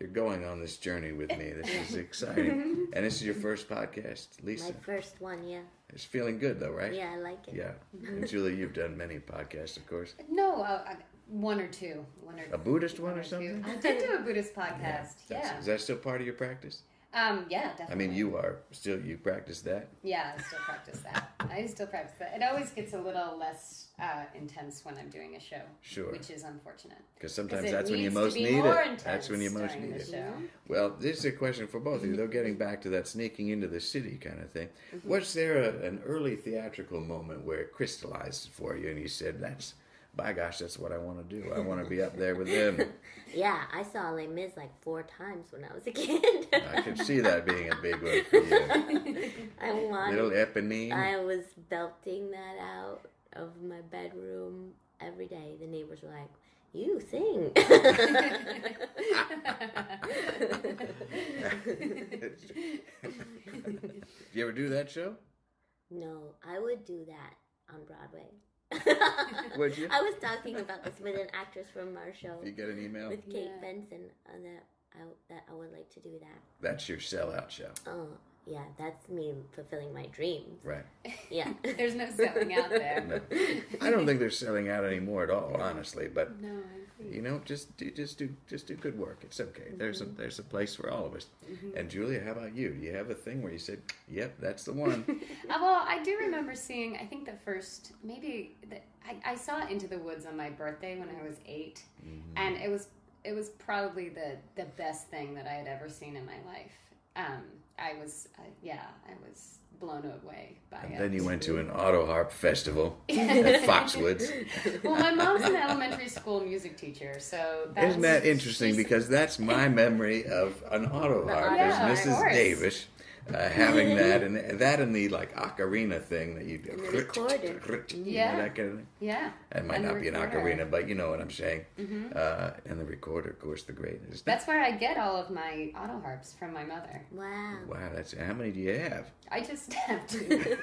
you're going on this journey with me. This is exciting, and this is your first podcast,
My
Lisa.
first one, yeah.
It's feeling good though, right?
Yeah, I like it.
Yeah. And Julie, you've done many podcasts, of course.
no, uh, uh, one or two, one or
A Buddhist one or
two.
something?
I did do a Buddhist podcast.
That's-
Yeah.
Is that still part of your practice?
Um, yeah,
I
definitely.
mean, you are still you practice that.
Yeah, I still practice that. I still practice that. It always gets a little less uh, intense when I'm doing a show.
Sure.
Which is unfortunate.
Because sometimes
it
that's when you
needs to
most
be
need
more
it. That's when you
intense
most
during
need
the
it.
<laughs> show. Mm-hmm.
Well, this is a question for both of you, though, getting back to that sneaking into the city kind of thing. Was there a, an early theatrical moment where it crystallized for you and you said, that's, by gosh, that's what I want to do. I want to be up there with them.
Yeah, I saw Les Mis like four times when I was a <laughs> kid.
I could see that being a big one for you.
<laughs>
I wanted
Little Eponine.
I was belting that out of my bedroom every day. The neighbors were like, "You sing." <laughs>
Did <laughs> you ever do that show?
no, I would do that on Broadway.
<laughs> Would you?
I was talking about this with an actress from our show
You get an email?
with Kate
Yeah.
Benson on that I, that I would like to do that.
That's your sellout show.
Oh, yeah, that's me fulfilling my dreams.
Right.
Yeah.
<laughs> There's no selling out there.
No. I don't think they're selling out anymore at all, honestly, but
No, I agree.
you know just do just do just do good work it's okay there's a there's a place for all of us and julia how about you do you have a thing where you said yep that's the one
Uh, well, I do remember seeing. I think the first, maybe the, I, I saw Into the Woods on my birthday when I was 8
Mm-hmm.
and it was it was probably the the best thing that I had ever seen in my life. Um, I was, uh, yeah, I was blown away by it.
and then you went
<laughs>
to an auto harp festival at foxwoods
well, my mom's an elementary school music teacher, so that's,
isn't that interesting
she's-
because that's my memory of an auto harp
auto harp.
is
Yeah, of
mrs
course.
davis uh, having that and that and the like ocarina thing that you do
And the recorder.
Yeah.
that kind of thing
yeah,
It might
And the
not be an
recorder. Mm-hmm.
ocarina, but you know what I'm saying. Uh, and the recorder, of course, the greatest.
That's where I get all of my auto harps from my mother.
Wow.
wow, that's how many do you have? <laughs>
I just <laughs> have two.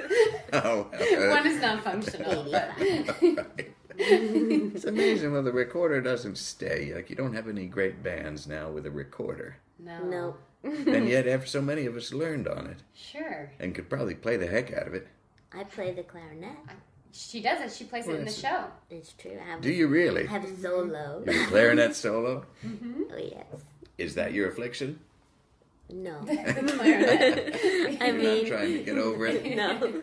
Oh,
<laughs> One is not functional, but
<laughs> it's amazing when the recorder doesn't stay. Like you don't have any great bands now with a
<laughs>
recorder,
no,
No.
and yet ever so many of us learned on it
sure.
and could probably play the heck out of it.
I play the clarinet.
She does it. She plays it in the
Yes. <laughs>
show. <laughs>
It's true. I have,
Do you Mm-hmm. really?
I have a solo.
Your clarinet solo
<laughs> oh, yes.
is that your affliction?
No. <laughs>
The clarinet. <laughs>
I
You're not
mean,
trying to get over it.
no.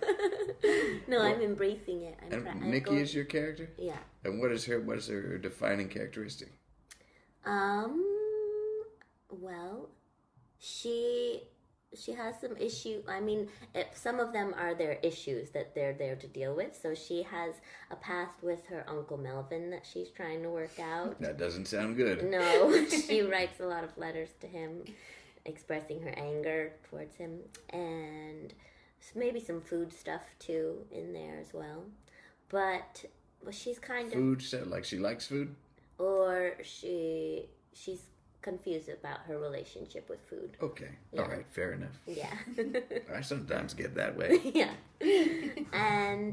<laughs> no, I'm embracing it. I'm,
And
pra- I'm
Nikki
going-
is your character,
Yeah.
and what is her what is her defining characteristic?
Um. Well, she she has some issue. I mean, if some of them are their issues that they're there to deal with. So she has a past with her uncle Melvin that she's trying to work out.
That doesn't sound good.
No, she writes a lot of letters to him, expressing her anger towards him, and s- maybe some food stuff too in there as well. But well, she's kind of,
Food said like she likes food.
or she she's confused about her relationship with food.
Okay, all right, fair enough.
Yeah, <laughs>
I sometimes get that way.
yeah, and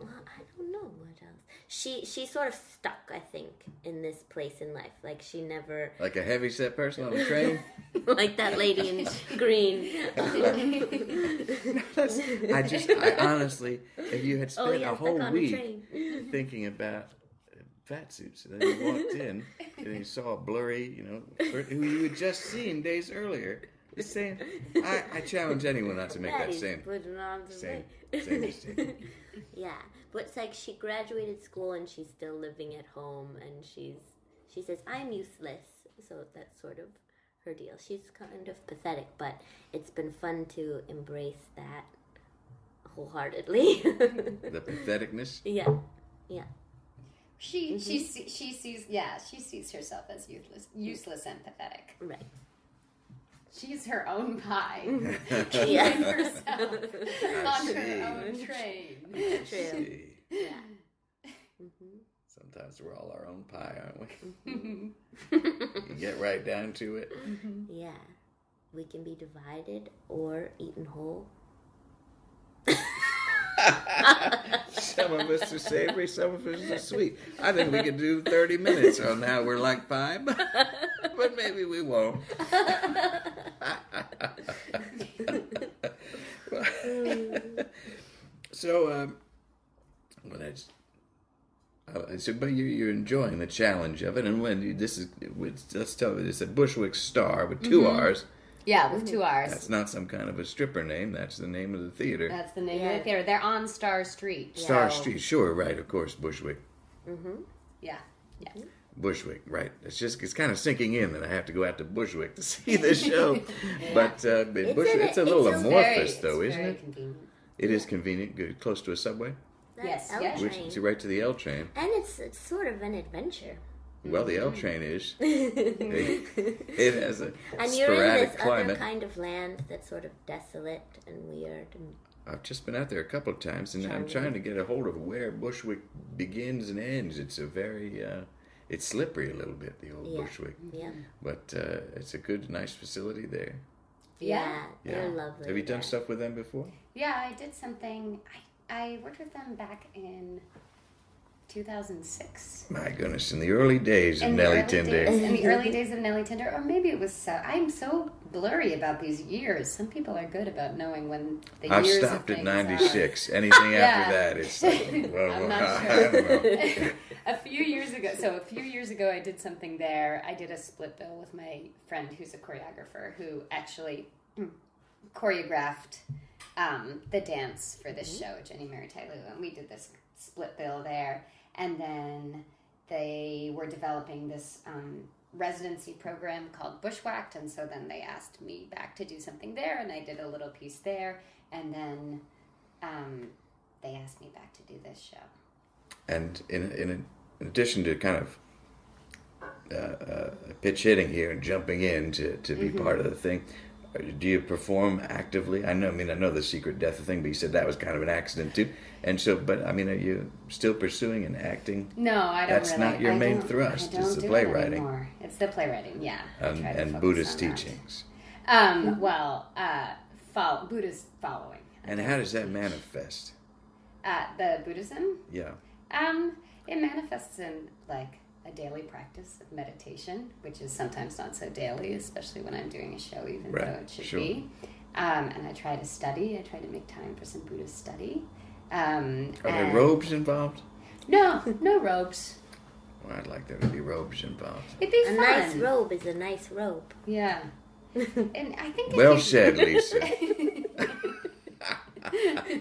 well, I don't know what else. she she's sort of stuck, I think, in this place in life. Like she never <laughs>
Like a heavy set person on a train?
like that lady in green.
That's- <laughs> I just, I honestly, if you had spent
<laughs> oh yeah,
a
stuck on
whole
a
week
train. <laughs>
thinking about fat suits, and then you walked in and you saw a blurry, you know, per- who you had just seen days earlier. The same. I, I challenge anyone not to make that
is
same.
putting on the
same-
weight. <laughs>
same mistake.
yeah, but it's like she graduated school and she's still living at home, and she's she says I'm useless. So that's sort of her deal. She's kind of pathetic, but it's been fun to embrace that
<laughs>
wholeheartedly. <laughs>
The patheticness.
yeah, yeah,
She she se- she sees yeah she sees herself as useless useless and pathetic.
<laughs>
right.
She's her own pie.
<laughs> Yeah.
Keeping
<laughs>
herself <laughs> on
see.
her own train. <laughs>
True.
<laughs> See,
Yeah.
Sometimes we're all our own pie, aren't we?
Mm-hmm.
Mm-hmm. <laughs>
you get right down to it.
Yeah. We can be divided or eaten whole.
Some of us are savory, some of us are sweet. I think we could do 30 minutes on how we're like pie, but, <laughs> but maybe we won't. <laughs> so, um, well, that's. Uh, so, but you, you're enjoying the challenge of it, and when you, this is, it's- let's tell you, it's a Bushwick Star with 2 R's.
Yeah, with two R's.
That's not some kind of a stripper name. That's the name of the theater.
That's the name
Yeah.
of the theater. They're on Star Street.
Star
so-
Street, sure, right, of course, Bushwick.
Yeah. Yeah.
Bushwick, right. It's just it's kind of sinking in that I have to go out to Bushwick to <laughs> see the show.
<laughs>
But uh, in
It's
Bushwick,
in a-
it's a little
it's a
amorphous, though,
it's
isn't
very
it?
Convenient.
It is convenient, good, close to a subway,
That
Yes,
L
yes.
which
train.
is right to the L train.
And it's, it's sort of an adventure.
Well, the L
Mm-hmm.
train is. <laughs> it, it has a
And you're in
sporadic
this other
climate.
kind of land that's sort of desolate and weird. And
I've just been out there a couple of times, and I'm
Charming.
trying to get a hold of where Bushwick begins and ends. It's a very, uh, it's slippery a little bit, the old
Yeah.
Bushwick,
Mm-hmm.
yeah.
but uh, it's a good, nice facility there.
Yeah.
They're lovely.
Have you done
there.
stuff with them before?
Yeah, I did something. I, I worked with them back in 2006.
My goodness, in the early days of
In the
Nelly
early
Tinder.
days- Mm-hmm. In the early days of Nelly Tinder, or maybe it was. Uh, I'm so blurry about these years. Some people are good about knowing when the
I've
years. of
stopped at
things
96.
<laughs>
Anything
Yeah.
after that, it's
<laughs>
like, well, well,
I'm
<laughs>
not
I,
sure.
don't
<laughs>
know.
are. A few years ago, so a few years ago, I did something there. I did a split bill with my friend who's a choreographer who actually choreographed um, the dance for this show, Jenny Mary Tyloo, and we did this split bill there. And then they were developing this um, residency program called Bushwhacked, and so then they asked me back to do something there, and I did a little piece there, and then um, they asked me back to do this show.
And in, in, in addition to kind of uh, uh, pitch hitting here and jumping in to, to
Mm-hmm.
be part of the thing, uh, do you perform actively? I know, I mean, I know the secret death thing, but you said that was kind of an accident too. And so, but I mean, are you still pursuing and acting?
No, I don't.
That's
really-
not your
I
main
don't-
thrust,
I don't
is the
do it
playwriting.
anymore. It's the playwriting, yeah. I
And,
try to
and
focus
Buddhist
on that.
teachings.
Um, well, uh, follow, Buddha's following.
And how does that manifest?
Uh, the Buddhism,
Yeah.
um, it manifests in like a daily practice of meditation, which is sometimes not so daily, especially when I'm doing a show, even
Right,
though it should
sure.
be. Um, and I try to study. I try to make time for some Buddhist study. Um,
Are there
and-
robes involved?
No, no robes.
Well, I'd like there to be robes involved.
It'd be
A
fun.
nice robe is a nice robe.
Yeah. And I think if
Well
you-
said, Lisa.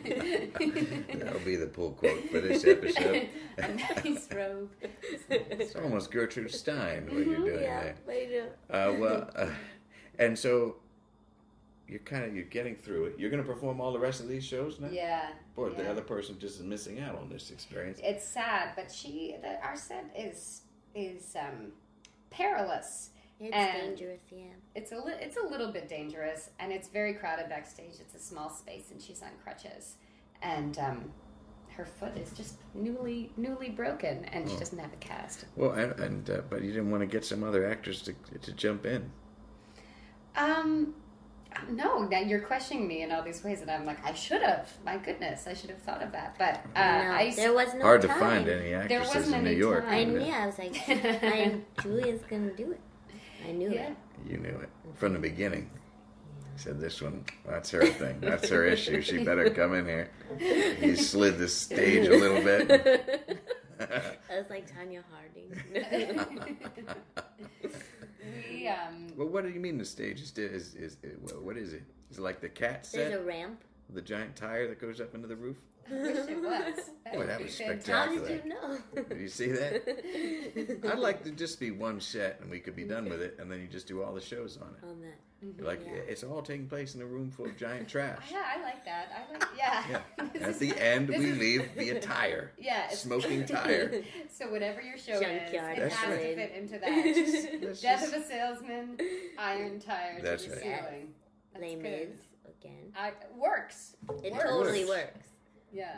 That'll be the pull quote for this
<laughs>
episode.
a nice robe.
It's almost Gertrude Stein what you're doing
<laughs> Yeah.
there. Uh, well, uh, and so you're kind of you're getting through it. You're going to perform all the rest of these shows now.
Yeah.
Boy, the
yeah.
other person just is missing out on this experience.
It's sad, but she the, our set is is um, perilous.
It's
And-
dangerous, yeah.
It's a li- it's a little bit dangerous, and it's very crowded backstage. It's a small space, and she's on crutches, and um, her foot is just newly newly broken, and
Oh.
she doesn't have a cast.
Well, and, and uh, but you didn't want to get some other actors to to jump in.
Um, No, now you're questioning me in all these ways, and I'm like, I should have. My goodness, I should have thought of that. But uh,
no,
I,
there was no
Hard
time.
to find any actresses
wasn't
in New
any
York.
time.
I
Yeah.
knew. I was
<laughs>
like, I, Julian's gonna do it. I knew
yeah,
it.
You knew it from the beginning. Said this one, that's her thing. That's her issue. She better come in here. He
<laughs>
slid the <laughs> stage a little bit.
<laughs> I was like Tanya Harding.
we um,
<laughs> well, what do you mean the stage is is is, is what is it? Is it like the cat set,
There's a ramp.
the giant tire that goes up into the roof?
I wish
<laughs>
it was. That
Boy,
would
that
be
was
fantastic.
How did
Exactly.
you know?
Did <laughs> you see that? I'd like to just be one set and we could be done with it, and then you just do all the shows on it.
<laughs> On that.
Like it's all taking place in a room full of giant trash.
Yeah, <laughs> I like that. I like yeah.
Yeah.
<laughs> This
At
is-
the end,
this
we
is-
leave via tire.
Yeah, it's-
<laughs>
Smoking tire.
So whatever your show is,
Junkyard
it
That's
has to
right.
fit into
<laughs>
that.
Let's
<laughs> Death
just-
of a salesman, iron tire to
That's
the
right.
ceiling. That's
Les
good.
Mis again.
I, works.
It
Works.
totally
Works.
works.
Yeah.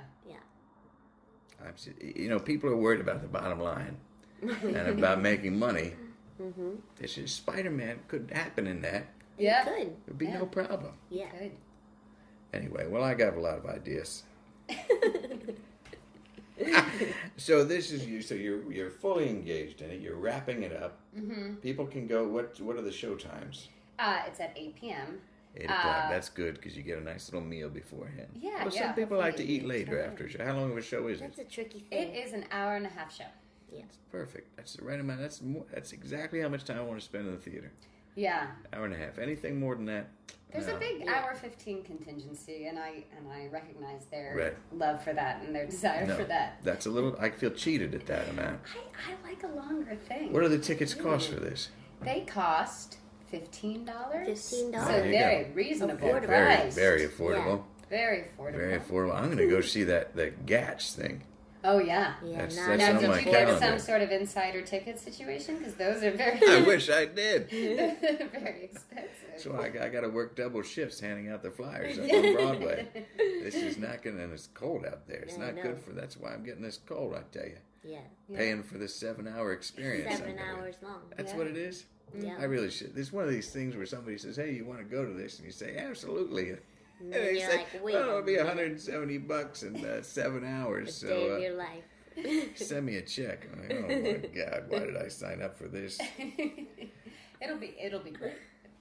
I'm s- you know, people are worried about the bottom
<laughs>
line and about making money.
Mm-hmm.
This is Spider Man could happen in that.
Yeah.
Good.
There'd be
Yeah.
no problem.
Yeah.
Anyway, well, I got a lot of
<laughs>
ideas. So this is you. So you're you're fully engaged in it. You're wrapping it up.
Mm-hmm.
People can go. What what are the show times?
Uh, it's at 8 p.m.
Eight o'clock.
Uh,
That's good because you get a nice little meal beforehand.
Yeah,
Well,
yeah,
some people like to
hopefully
eat
you
later
can.
after a show. How long of a show is it?
That's a tricky thing.
It is an hour and a half show.
It's perfect. That's the right amount. That's more, that's exactly how much time I want to spend in the theater.
Yeah.
Hour and a half. Anything more than that?
There's
no.
a big
Yeah.
hour 15 contingency, and I and I recognize their
Right.
love for that and their desire
No.
for that.
That's a little. I feel cheated at that amount.
I, I like a longer thing.
What do the tickets cost for this?
They cost fifteen dollars.
$15.
So
There you
very
go.
reasonable
Affordable.
Very,
price.
very affordable.
Very affordable.
Very affordable. I'm gonna go see that that Gatch
<laughs>
thing.
oh yeah.
Yeah,
That's-
not
that's
Now
on
did
my
you get
calendar.
some sort of insider ticket situation? Because those are very
I wish I did.
<laughs> very expensive.
So I, I got to work double shifts handing out the flyers up on Broadway.
<laughs>
This is not gonna. And it's cold out there. It's
Yeah, I
not
know.
good for. That's why I'm getting this cold. I tell you,
yeah.
Yeah.
paying for this seven-hour experience. I'm
Seven
gonna-
hours long.
That's
Yeah.
what it is.
Mm.
Yeah.
I really should. This is one of these things where somebody says, "Hey, you want to go to this?" and you say, "Absolutely." And
And then
they
you're
say,
like, wait.
"Well, oh, it'll
a
be
minute.
170 bucks in uh, seven hours."
<laughs> It's
so
day
uh,
of your life.
send me a check. I'm like, oh my god, why did I sign up for this?
<laughs> it'll be it'll be great.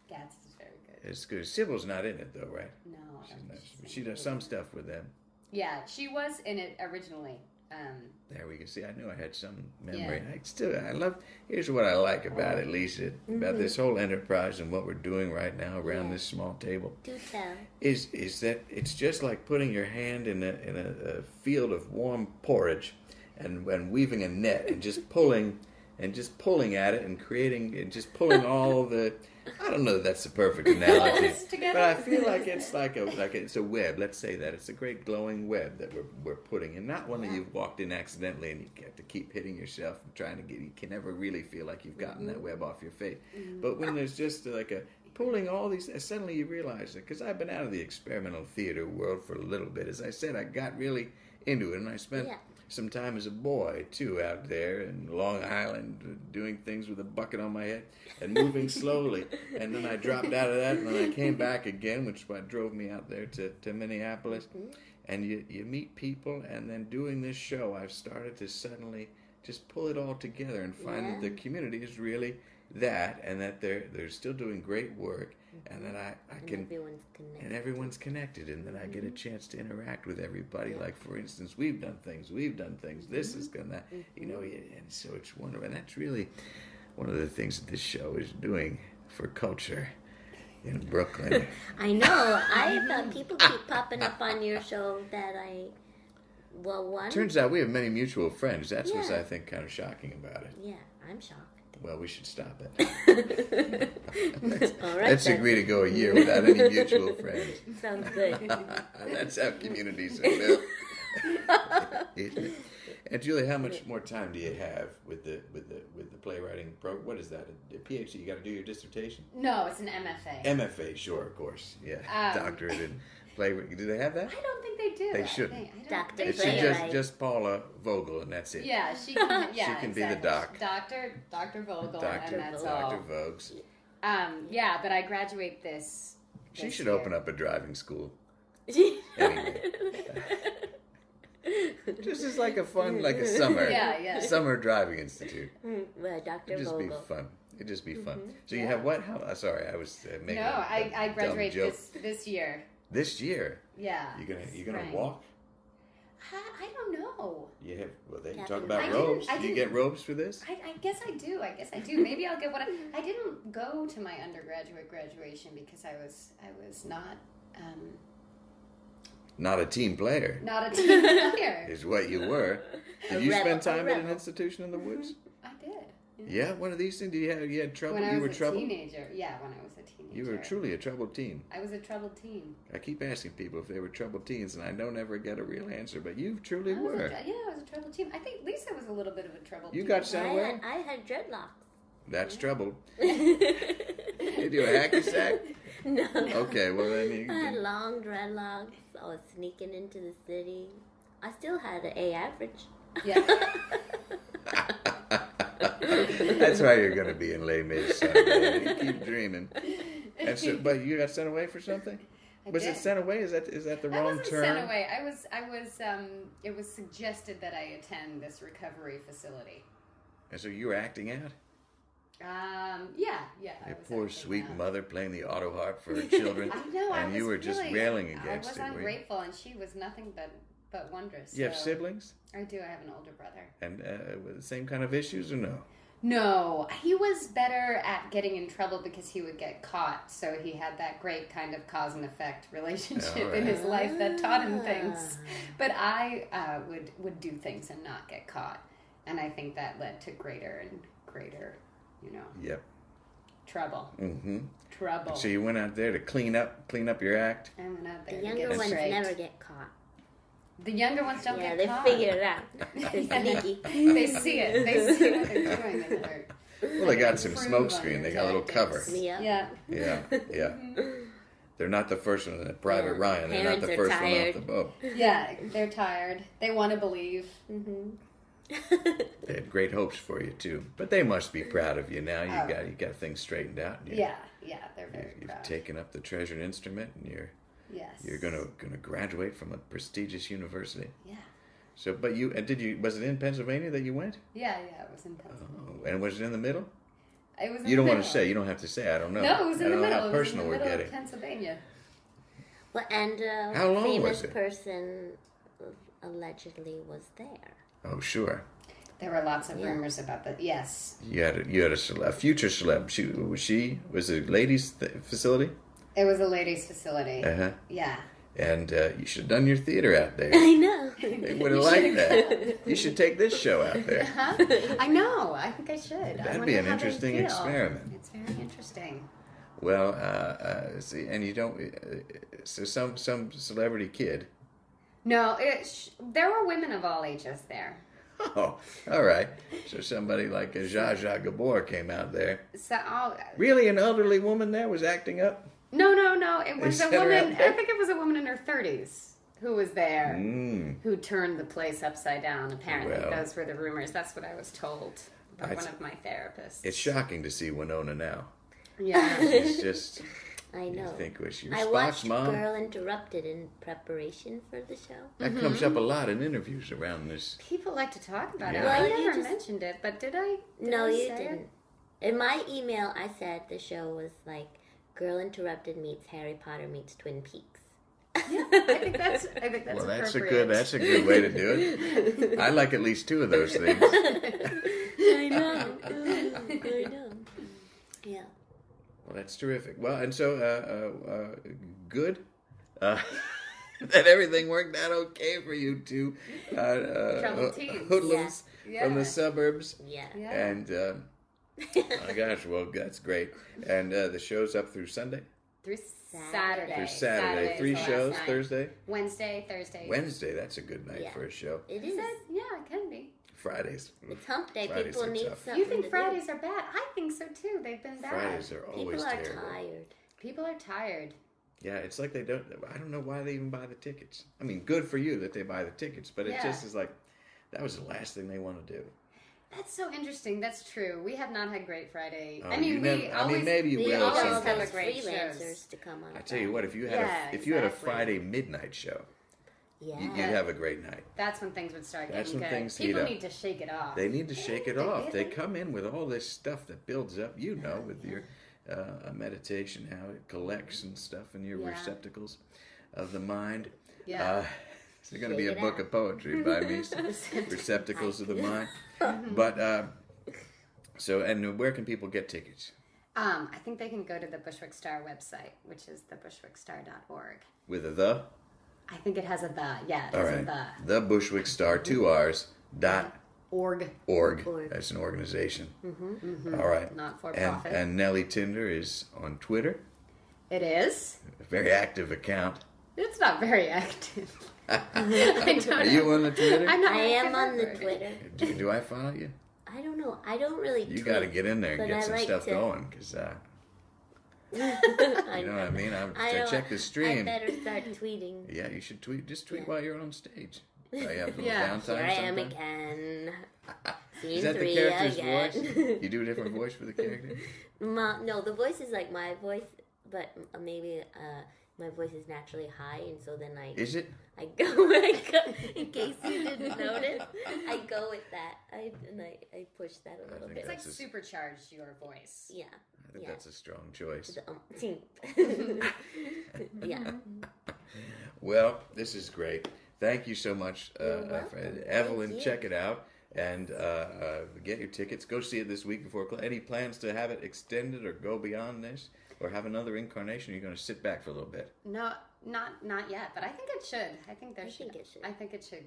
Gats is very good.
It's good. Sybil's not in it though, right?
No, I
She's
don't
not,
think she's
she
in it.
does some stuff with them.
Yeah, she was in it originally. Um,
There we can see. I knew I had some memory. I still, I love. Here's what I like about it, Lisa, about this whole enterprise and what we're doing right now around
Yeah.
this small table.
Do tell.
is is that it's just like putting your hand in a in a, a field of warm porridge, and and weaving a net and just pulling, and just pulling at it and creating and just pulling all the. I don't know that that's the perfect
<laughs>
analogy,
Us
but
together.
I feel like it's like a like it's a web. Let's say that it's a great glowing web that we're we're putting in. Not one that you've walked in accidentally and you have to keep hitting yourself and trying to get. You can never really feel like you've gotten that web off your face. But when there's just like a pulling all these, uh, suddenly you realize it. Because I've been out of the experimental theater world for a little bit. As I said, I got really into it, and I spent
Yeah.
some time as a boy too out there in Long Island, uh, doing things with a bucket on my head and moving slowly. And then I dropped out of that, and then I came back again, which is what drove me out there to to Minneapolis.
Mm-hmm.
And you you meet people, and then doing this show, I've started to suddenly just pull it all together and find that
Yeah.
the community is really that and that they're they're still doing great work and that I, I
And
can
everyone's connected.
and uh, everyone's connected and that I get a
Mm-hmm.
chance to interact with everybody. Like for instance, we've done things, we've done things, this is
Mm-hmm.
gonna you know, y- and so it's wonderful and that's really one of the things that this show is doing for culture
<laughs>
in Brooklyn.
I know. I
<laughs>
thought people keep popping up on your show that I. Well, one.
Turns out we have many mutual friends. That's what's
Yeah.
I think kind of shocking about it.
yeah, I'm
<laughs>
shocked. <laughs>
Well, we should stop it.
All right.
Let's
then.
agree to go a year without any
<laughs>
mutual friends.
Sounds
<laughs>
good. <laughs>
That's how communities
<laughs>
are built. <laughs> and Julie, how much more time do you have with the with the with the playwriting pro? What is that? A, a PhD? You got to do your dissertation.
<laughs> no, it's an MFA.
MFA, sure, of course, yeah,
Um,
doctorate in playwriting. Do they have that?
I don't think they do.
They
I
shouldn't.
think- I don't
Dr.
think
It's
they
Playwright.
do.
just just Paula Vogel, and that's it.
Yeah, she can. Yeah,
She can be the doc.
exactly. Doctor, Doctor Vogel,
Doctor
and that's
Doctor
all.
Vogues.
Um, yeah, but I graduate this
She
this
should
year.
open up a driving school.
<laughs>
This is like a fun, like a summer,
Yeah,
<laughs>
yeah.
summer driving institute.
Mm, well, Dr.
It'd just be
Vogel.
fun. It'd just be fun. So you have what? How? uh, Sorry, I was uh, making.
Mm-hmm. No,
a- a
I, I
dumb
graduate
joke.
this this year.
This year.
Yeah.
You're gonna you're gonna
spring.
walk.
I, I don't know.
You have well they
Yeah,
talk
but-
about
I
didn't-
robes.
I
Do you
didn't-
get robes for this?
I, I guess I do. I guess I do. Maybe I'll get what I, I didn't go to my undergraduate graduation because I was I was not um,
Not a team player <laughs>
not a team player.
is what you were.
A
Did you
rebel,
spend
a
time at an
rebel.
institution in the woods?
I did
Yeah, one of these things. Did you have you had trouble?
when I
you
was
were
a
troubled.
teenager. Yeah, when I was a teenager.
You were truly a troubled teen.
I was a troubled teen.
I keep asking people if they were troubled teens, and I don't ever get a real answer. But you truly
I was a,
were.
tr- yeah, I was a troubled teen. I think Lisa was a little bit of a troubled.
You
teen.
got
I
some way.
had, I had dreadlocks.
That's trouble. <laughs>
Did
you a hacky sack?
<laughs> No.
Okay, well then you.
<laughs> I had long dreadlocks. I was sneaking into the city. I still had an A average.
Yeah.
<laughs> <laughs> That's why you're going to be in Les Mis someday. You keep dreaming. And so, but you got sent away for something?
I
Was
did.
it sent away? Is that is that the
I
wrong
wasn't
term?
sent away. I was. I was. Um, it was suggested that I attend this recovery facility.
And so you were acting out.
Um, yeah, yeah. I
Your
was
poor
acting
sweet
out.
mother playing the auto harp
<laughs>
for her children,
I know. I
and you
was
were just
really-
railing against
I
it.
was
were you?
ungrateful, and she was nothing but but wondrous.
You have
so-
siblings
I do. I have an older brother.
and uh, with the same kind of issues, or no?
No, he was better at getting in trouble because he would get caught. So he had that great kind of cause and effect <laughs> relationship
All right.
in his life that taught him things.
Ah.
But I uh, would would do things and not get caught, and I think that led to greater and greater, you know,
Yep.
trouble.
Mm-hmm.
Trouble.
So you went out there to clean up, clean up your act.
I went out there
The
to
younger
get
ones
straight.
never get caught.
The younger ones don't
yeah,
get
they
caught.
figure it out.
<laughs>
They're sneaky.
they see
<laughs>
it. They see what they're doing. And they're,
Well, they <laughs> got some
Improve
smoke
on
screen.
your
They got a little cover.
tactics.
Yep.
yeah.
Yeah,
<laughs>
yeah. They're not the first one. uh, Private
Yeah.
Ryan. They're not
Parents
the
are
first one off
tired.
the oh, boat.
Yeah. They're tired. They want to believe.
They had great hopes for you too, but they must be proud of you now. You
Oh.
got you got things straightened out. You,
Yeah. Yeah. They're
you,
very
you've
proud.
taken up the treasured instrument, and you're
yes.
you're gonna gonna graduate from a prestigious university.
Yeah.
So, but you and did you was it in Pennsylvania that you went?
Yeah. Yeah. It was in Pennsylvania.
Oh, and was it in the middle?
It was. In
You don't
the
want to
middle.
say. You don't have to say. I don't know.
No, it was
I
in
don't
the
know
middle.
How
It was in
personal
the
we're
middle
getting.
of Pennsylvania.
<laughs> Well, and a
How long
famous
was it?
person allegedly was there. <laughs>
Oh, sure.
There were lots of
Yeah.
rumors about that. Yes,
You had a, you had a, cele- a future celeb. She was she was a ladies th- facility.
it was a ladies' facility.
Uh huh. <laughs>
Yeah.
And uh, you should have done your theater out there.
I know.
<laughs> They would have liked
<laughs>
that. You should take this show out there.
Huh? I know. I think I should. I
That'd
wonder
be an
how they
interesting
feel.
experiment.
It's very interesting.
Well, uh, uh, see, and you don't. Uh, so some some celebrity kid. <laughs>
No, it sh- there were women of all ages there.
Oh, all right. So somebody like a Zsa Zsa Gabor came out there.
So all,
Really, an elderly woman there was acting up.
no, no, no. It was a
sent her out
woman. I
there?
think it was a woman in her thirties who was there,
Mm.
who turned the place upside down. Apparently,
Well.
those were the rumors. That's what I was told by
That's-
one of my therapists.
It's shocking to see Winona now.
yeah, <laughs>
She's just.
I
You
know.
think was your
I
spots,
watched
mom?
Girl Interrupted in preparation for the show.
That comes
Mm-hmm.
up a lot in interviews around this.
people like to talk about
Yeah.
it.
Well,
I
you
never
just-
mentioned it, but did I? did
no,
I
you
say it?
didn't. In my email, I said the show was like Girl Interrupted meets Harry Potter meets Twin Peaks.
Yeah, <laughs> I think
<laughs>
that's. I think that's.
well, that's a
appropriate.
good. That's a good way to do it. I like at least two of those things.
I
<laughs>
know. I know. Yeah.
Well, that's terrific. Well, and so uh, uh, uh, good uh, <laughs> that everything worked out okay for you two uh, uh,
Troubled
ho-
teens.
hoodlums
Yeah.
from
Yeah.
the suburbs.
Yeah.
Yeah.
And um, my gosh, well, that's great. And uh, the show's up through Sunday,
Through
Saturday.
Saturday.
through Saturday.
Saturday is
Three
the last
shows
night.
Thursday,
Wednesday, Thursday.
Wednesday. That's a good night
Yeah.
for a show.
It
Is
is.
it? Yeah, it can be.
Fridays.
It's hump day.
Fridays
People
are
need
tough.
something.
You
to
think
do.
Fridays are bad? I think so too. They've been bad.
Fridays are always
People are
terrible.
tired.
People are tired.
Yeah, it's like they don't. I don't know why they even buy the tickets. I mean, good for you that they buy the tickets, but it
Yeah.
just is like that was the last thing they want to do.
That's so interesting. That's true. We have not had Great Friday.
Oh,
I mean,
you
we
never- I mean,
always
maybe you
They
will
always
sometime.
have
Have a great
freelancers
shows.
to come on.
I tell you what, if you had
Yeah,
a if you had a
exactly.
Friday midnight show,
Yeah.
you-
<laughs>
you'd have a great night.
That's when things would start
That's
getting
when
good.
things heat
People
up.
need to shake it off.
They need to shake it
Yeah,
off. They
yeah.
come in with all this stuff that builds up, you know, with your uh, meditation, how it collects and stuff, and your
Yeah.
receptacles of the mind.
Yeah.
Uh, <laughs> there's going to be
Shake
a
it
book
out.
of poetry by me, receptacles of the mind. But uh, so, and where can people get tickets?
um, I think they can go to the Bushwick Star website, which is thebushwickstar.org.
With a the.
I think it has a the. Yeah, it
All
has
right.
a
The
the.
Bushwick Star, two R's, dot
Org,
org.
Org.
That's an organization.
Mm-hmm,
All right.
not for
And,
profit.
and Nellie Tinder is on Twitter,
it is.
a very active account.
<laughs>
It's not very <laughs> active.
<laughs>
I don't
Are you on the Twitter?
I'm not
I am
active
on the
ever.
Twitter.
do, do I follow you?
I don't know. I don't really.
You got to get in there and
But
get
I
some
like
stuff
to-
going, 'cause going
<laughs> it.
uh, you know what I mean. I,
I
I
don't-
check the
I
stream.
better start tweeting.
Yeah, you should tweet. Just tweet
Yeah.
while you're on
<laughs>
stage. Oh, you have a little
Yeah.
downtime
Here I am
sometime? <laughs>
again.
Is
Scene
that the
three
character's
again.
voice? You do a different voice for the character.
<laughs> Ma- no, the voice is like my voice, but m- maybe uh, my voice is naturally high, and so then I
Is it?
I go, <laughs> I go in case you didn't notice, I go with that. I and I, I push that a little
think
bit.
It's like
That's just-
supercharged your voice.
yeah,
I think
Yeah.
that's a strong choice.
the umpteenth. <laughs> yeah.
Well, this is great. Thank you so much, uh,
You're
uh, for-
welcome.
Evelyn.
Thank you.
Check it out and uh, uh, get your tickets. Go see it this week before. Cl- any plans to have it extended or go beyond this, or have another incarnation? You're going to sit back for a little bit.
No, not not yet, but I think it should. I
<laughs>
think there
I
should.
think it should.
I think it should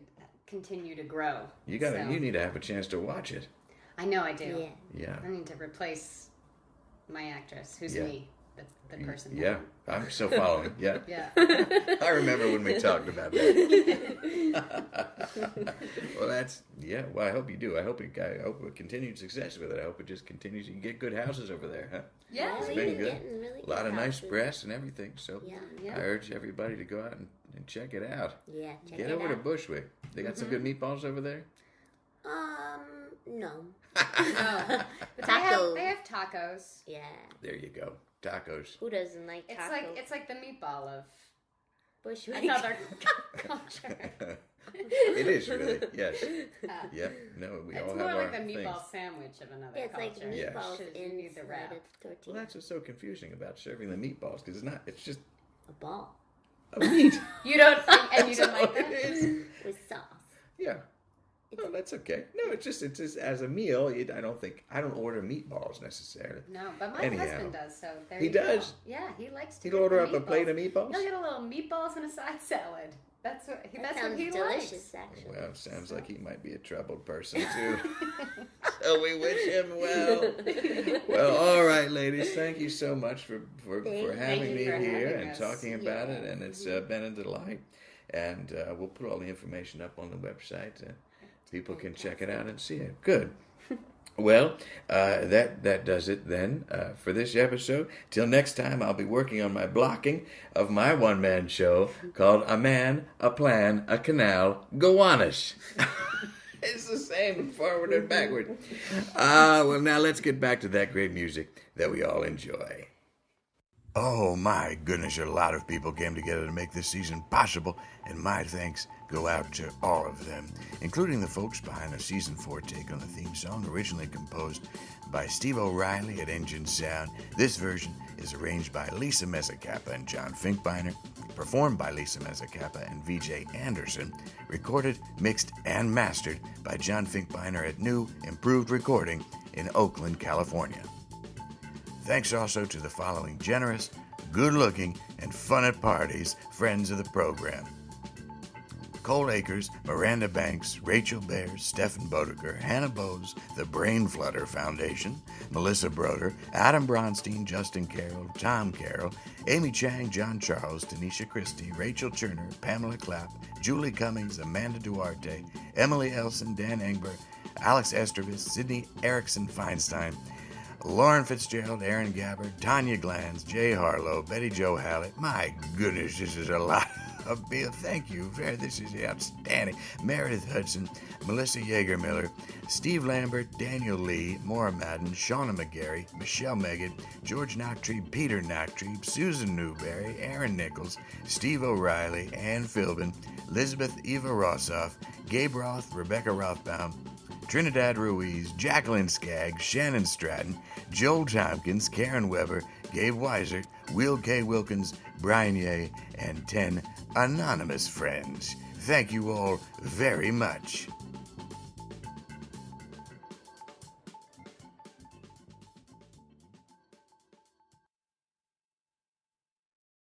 continue to grow.
You got to
So-
You need to have a chance to watch it.
I know I do.
Yeah.
Yeah.
I need to replace my actress, who's
Yeah. Mm,
me, the, the person. that-
Yeah. I'm still following. Yeah.
<laughs>
Yeah.
I remember when we talked about that.
<laughs>
well, that's yeah. Well, I hope you do. I hope it. I hope it continued success with it. I hope it just continues. You can get good houses over there, huh?
Yeah.
we've
been
been
good.
getting really
A lot
good
of nice
houses.
brass and everything. So
Yeah,
I
Yeah.
urge everybody to go out and, and check it out.
yeah. Check
Get
it
over
out.
to Bushwick. They got some good
Mm-hmm.
meatballs over there.
Um, no.
<laughs>
<laughs>
No. But they have,
Tacos.
they have tacos.
Yeah.
<laughs> There you go.
<laughs>
Tacos.
Who doesn't like tacos?
It's like it's like the meatball
<laughs>
of
Bushwick.
another culture. <laughs>
it is
<laughs>
really yes.
Uh,
Yeah. No, we
It's
all
more
have
like
our
the meatball
things.
sandwich of another
Yeah, it's like
culture.
Yes.
meatballs
Should you need
inside
the wrap.
a tortilla.
Well, that's what's so confusing about serving the meatballs because it's not. It's just
a ball
a
<laughs>
meat.
<laughs> You don't and you
That's
don't like
all <laughs> it
that?
is.
with sauce.
Yeah. No, that's okay. No, it's just it's just as a meal. It, I don't think I don't order meatballs necessarily.
No, but my
Anyhow.
husband does, so there
He
you go.
does?
Yeah, he likes to
He'll
get
order
the
up a plate of
meatballs.
meatballs.
He'll get a little meatballs and a side salad. That's what he,
That
that's what
sounds
he
delicious,
likes.
actually.
Well, it sounds like he might be a troubled person too. <laughs> so we wish him
<laughs>
well. Well, <laughs> all right, ladies. Thank you so much for for,
Thank-
for having
thank
me
you for
here
having
and
us.
talking about it.
Yeah.
And it's uh, been a delight. And uh, we'll put all the information up on the website. Uh, people can check it out and see it.
<laughs>
Good. Well, uh, that that does it then uh, for this episode. Till next time, I'll be working on my blocking of my one man show called "A Man, a Plan, a Canal, Gowanus." <laughs> it's the same forward and
<laughs>
backward. Ah, well, now let's get back to that great music that we all enjoy. Oh my goodness, a lot of people came together to make this season possible, and my thanks go out to all of them, including the folks behind a season four take on the theme song originally composed by Steve O'Reilly at Engine Sound. This version is arranged by Lisa Mezzacappa and John Finkbeiner, performed by Lisa Mezzacappa and VJ Anderson, recorded, mixed, and mastered by John Finkbeiner at New Improved Recording in Oakland, California. Thanks also to the following generous, good looking, and fun at parties friends of the program Cole Akers, Miranda Banks, Rachel Baer, Stefan Bodeker, Hannah Bowes, the Brain Flutter Foundation, Melissa Broder, Adam Bronstein, Justin Carroll, Tom Carroll, Amy Chang, John Charles, Tanisha Christie, Rachel Cherner, Pamela Clapp, Julie Cummings, Amanda Duarte, Emily Elson, Dan Engber, Alex Estrovitz, Sydney Erickson Feinstein, Lauren Fitzgerald, Aaron Gabbard, Tanya Glanz, Jay Harlow, Betty Jo Hallett. My goodness, this is a lot <laughs> of Bill. Thank you. Very, this is outstanding. Meredith Hudson, Melissa Yeagermiller, Steve Lambert, Daniel Lee, Maura Madden, Shauna McGarry, Michelle Megan, George Nachtree, Peter Nachtree, Susan Newberry, Aaron Nichols, Steve O'Reilly, Ann Philbin, Elizabeth Eva Rossoff, Gabe Roth, Rebecca Rothbaum, Trinidad Ruiz, Jacqueline Skaggs, Shannon Stratton, Joel Tompkins, Karen Weber, Gabe Weiser, Will K. Wilkins, Brian Ye, and 10 anonymous friends. Thank you all very much.